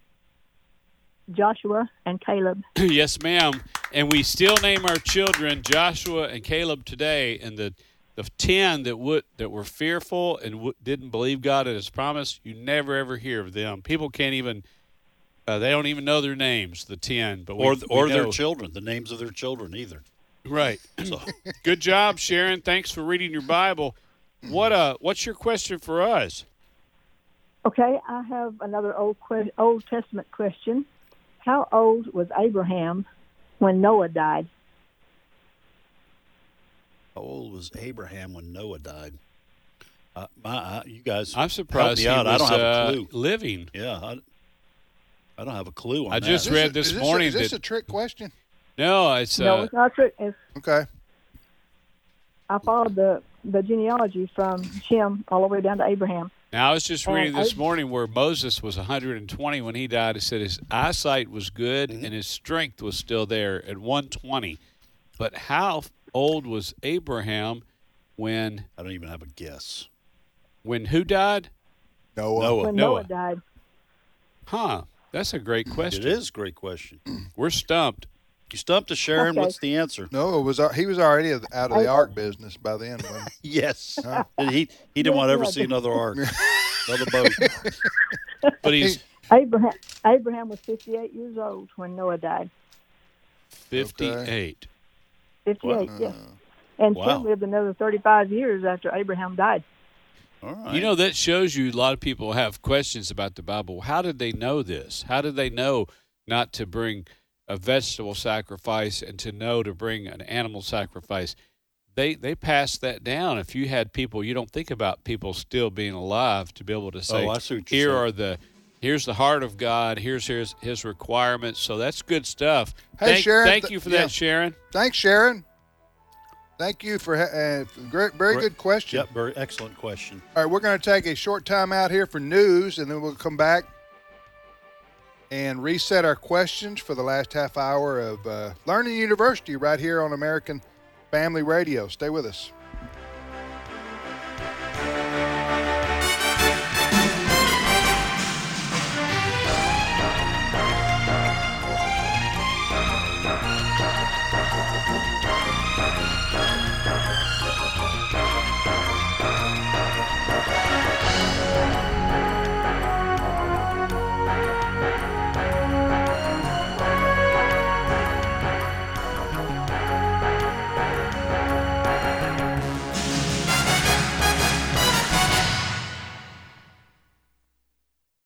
[SPEAKER 18] Joshua and Caleb.
[SPEAKER 2] yes, ma'am. And we still name our children Joshua and Caleb today. And the the ten that would that were fearful and w- didn't believe God and His promise, you never ever hear of them. People can't even. Uh, they don't even know their names, the ten, but we,
[SPEAKER 4] or
[SPEAKER 2] we
[SPEAKER 4] or their
[SPEAKER 2] know.
[SPEAKER 4] children, the names of their children either.
[SPEAKER 2] Right. Good job, Sharon. Thanks for reading your Bible. What uh what's your question for us?
[SPEAKER 18] Okay, I have another old que- Old Testament question. How old was Abraham when Noah died?
[SPEAKER 4] How old was Abraham when Noah died? Uh, my, uh, you guys,
[SPEAKER 2] I'm surprised
[SPEAKER 4] help me out.
[SPEAKER 2] he
[SPEAKER 4] I
[SPEAKER 2] was,
[SPEAKER 4] don't have
[SPEAKER 2] uh,
[SPEAKER 4] a clue.
[SPEAKER 2] living.
[SPEAKER 4] Yeah, I, I don't have a clue. On
[SPEAKER 2] I just
[SPEAKER 4] that.
[SPEAKER 2] read Is this- this is this- morning
[SPEAKER 3] Is this
[SPEAKER 2] that-
[SPEAKER 3] a trick question?
[SPEAKER 2] No, it's
[SPEAKER 18] no,
[SPEAKER 2] uh
[SPEAKER 18] it's not true. It's,
[SPEAKER 3] Okay.
[SPEAKER 18] I followed the the genealogy from Shem all the way down to Abraham.
[SPEAKER 2] now I was just
[SPEAKER 18] Uh,
[SPEAKER 2] reading this
[SPEAKER 18] I-
[SPEAKER 2] morning where Moses was 120 when he died. It said his eyesight was good
[SPEAKER 4] Mm-hmm.
[SPEAKER 2] and his strength was still there at 120. But how old was Abraham when
[SPEAKER 4] I don't even have a guess.
[SPEAKER 2] When who died?
[SPEAKER 3] Noah.
[SPEAKER 18] when Noah
[SPEAKER 2] Oh, Noah.
[SPEAKER 18] died.
[SPEAKER 2] Huh. That's a great question.
[SPEAKER 4] It is a great question.
[SPEAKER 2] We're stumped.
[SPEAKER 4] You stumped us, Sharon.
[SPEAKER 3] Okay.
[SPEAKER 4] What's the answer?
[SPEAKER 3] No, it was he was already out of the ark business by then. wasn't he?
[SPEAKER 4] Yes.
[SPEAKER 3] Huh?
[SPEAKER 2] uh,
[SPEAKER 4] And he he didn't want to ever
[SPEAKER 18] Yeah,
[SPEAKER 4] see
[SPEAKER 18] yeah.
[SPEAKER 4] another ark, another boat.
[SPEAKER 2] But he's
[SPEAKER 18] Abraham Abraham was 58 years old when Noah died.
[SPEAKER 2] 58.
[SPEAKER 18] 58,
[SPEAKER 2] Wow.
[SPEAKER 18] yes. And Shem
[SPEAKER 2] Wow.
[SPEAKER 18] lived another 35 years after Abraham died.
[SPEAKER 2] You know, that shows you a lot of people have questions about the Bible. How did they know this? How did they know not to bring a vegetable sacrifice and to know to bring an animal sacrifice? They they passed that down. If you had people, you don't think about people still being alive to be able to say,
[SPEAKER 4] Oh, I see what you're
[SPEAKER 2] here
[SPEAKER 4] saying.
[SPEAKER 2] are the here's the heart of God, here's his his requirements. So that's good stuff.
[SPEAKER 3] Hey,
[SPEAKER 2] thank,
[SPEAKER 3] Sharon,
[SPEAKER 2] Thank
[SPEAKER 3] th-
[SPEAKER 2] you for
[SPEAKER 3] yeah.
[SPEAKER 2] that, Sharon.
[SPEAKER 3] Thanks, Sharon. Thank you for, ha- uh, for great, very good question.
[SPEAKER 4] Yep, very excellent question.
[SPEAKER 3] All right, we're going to take a short time out here for news, and then we'll come back and reset our questions for the last half hour of uh, Learning University right here on American Family Radio. Stay with us.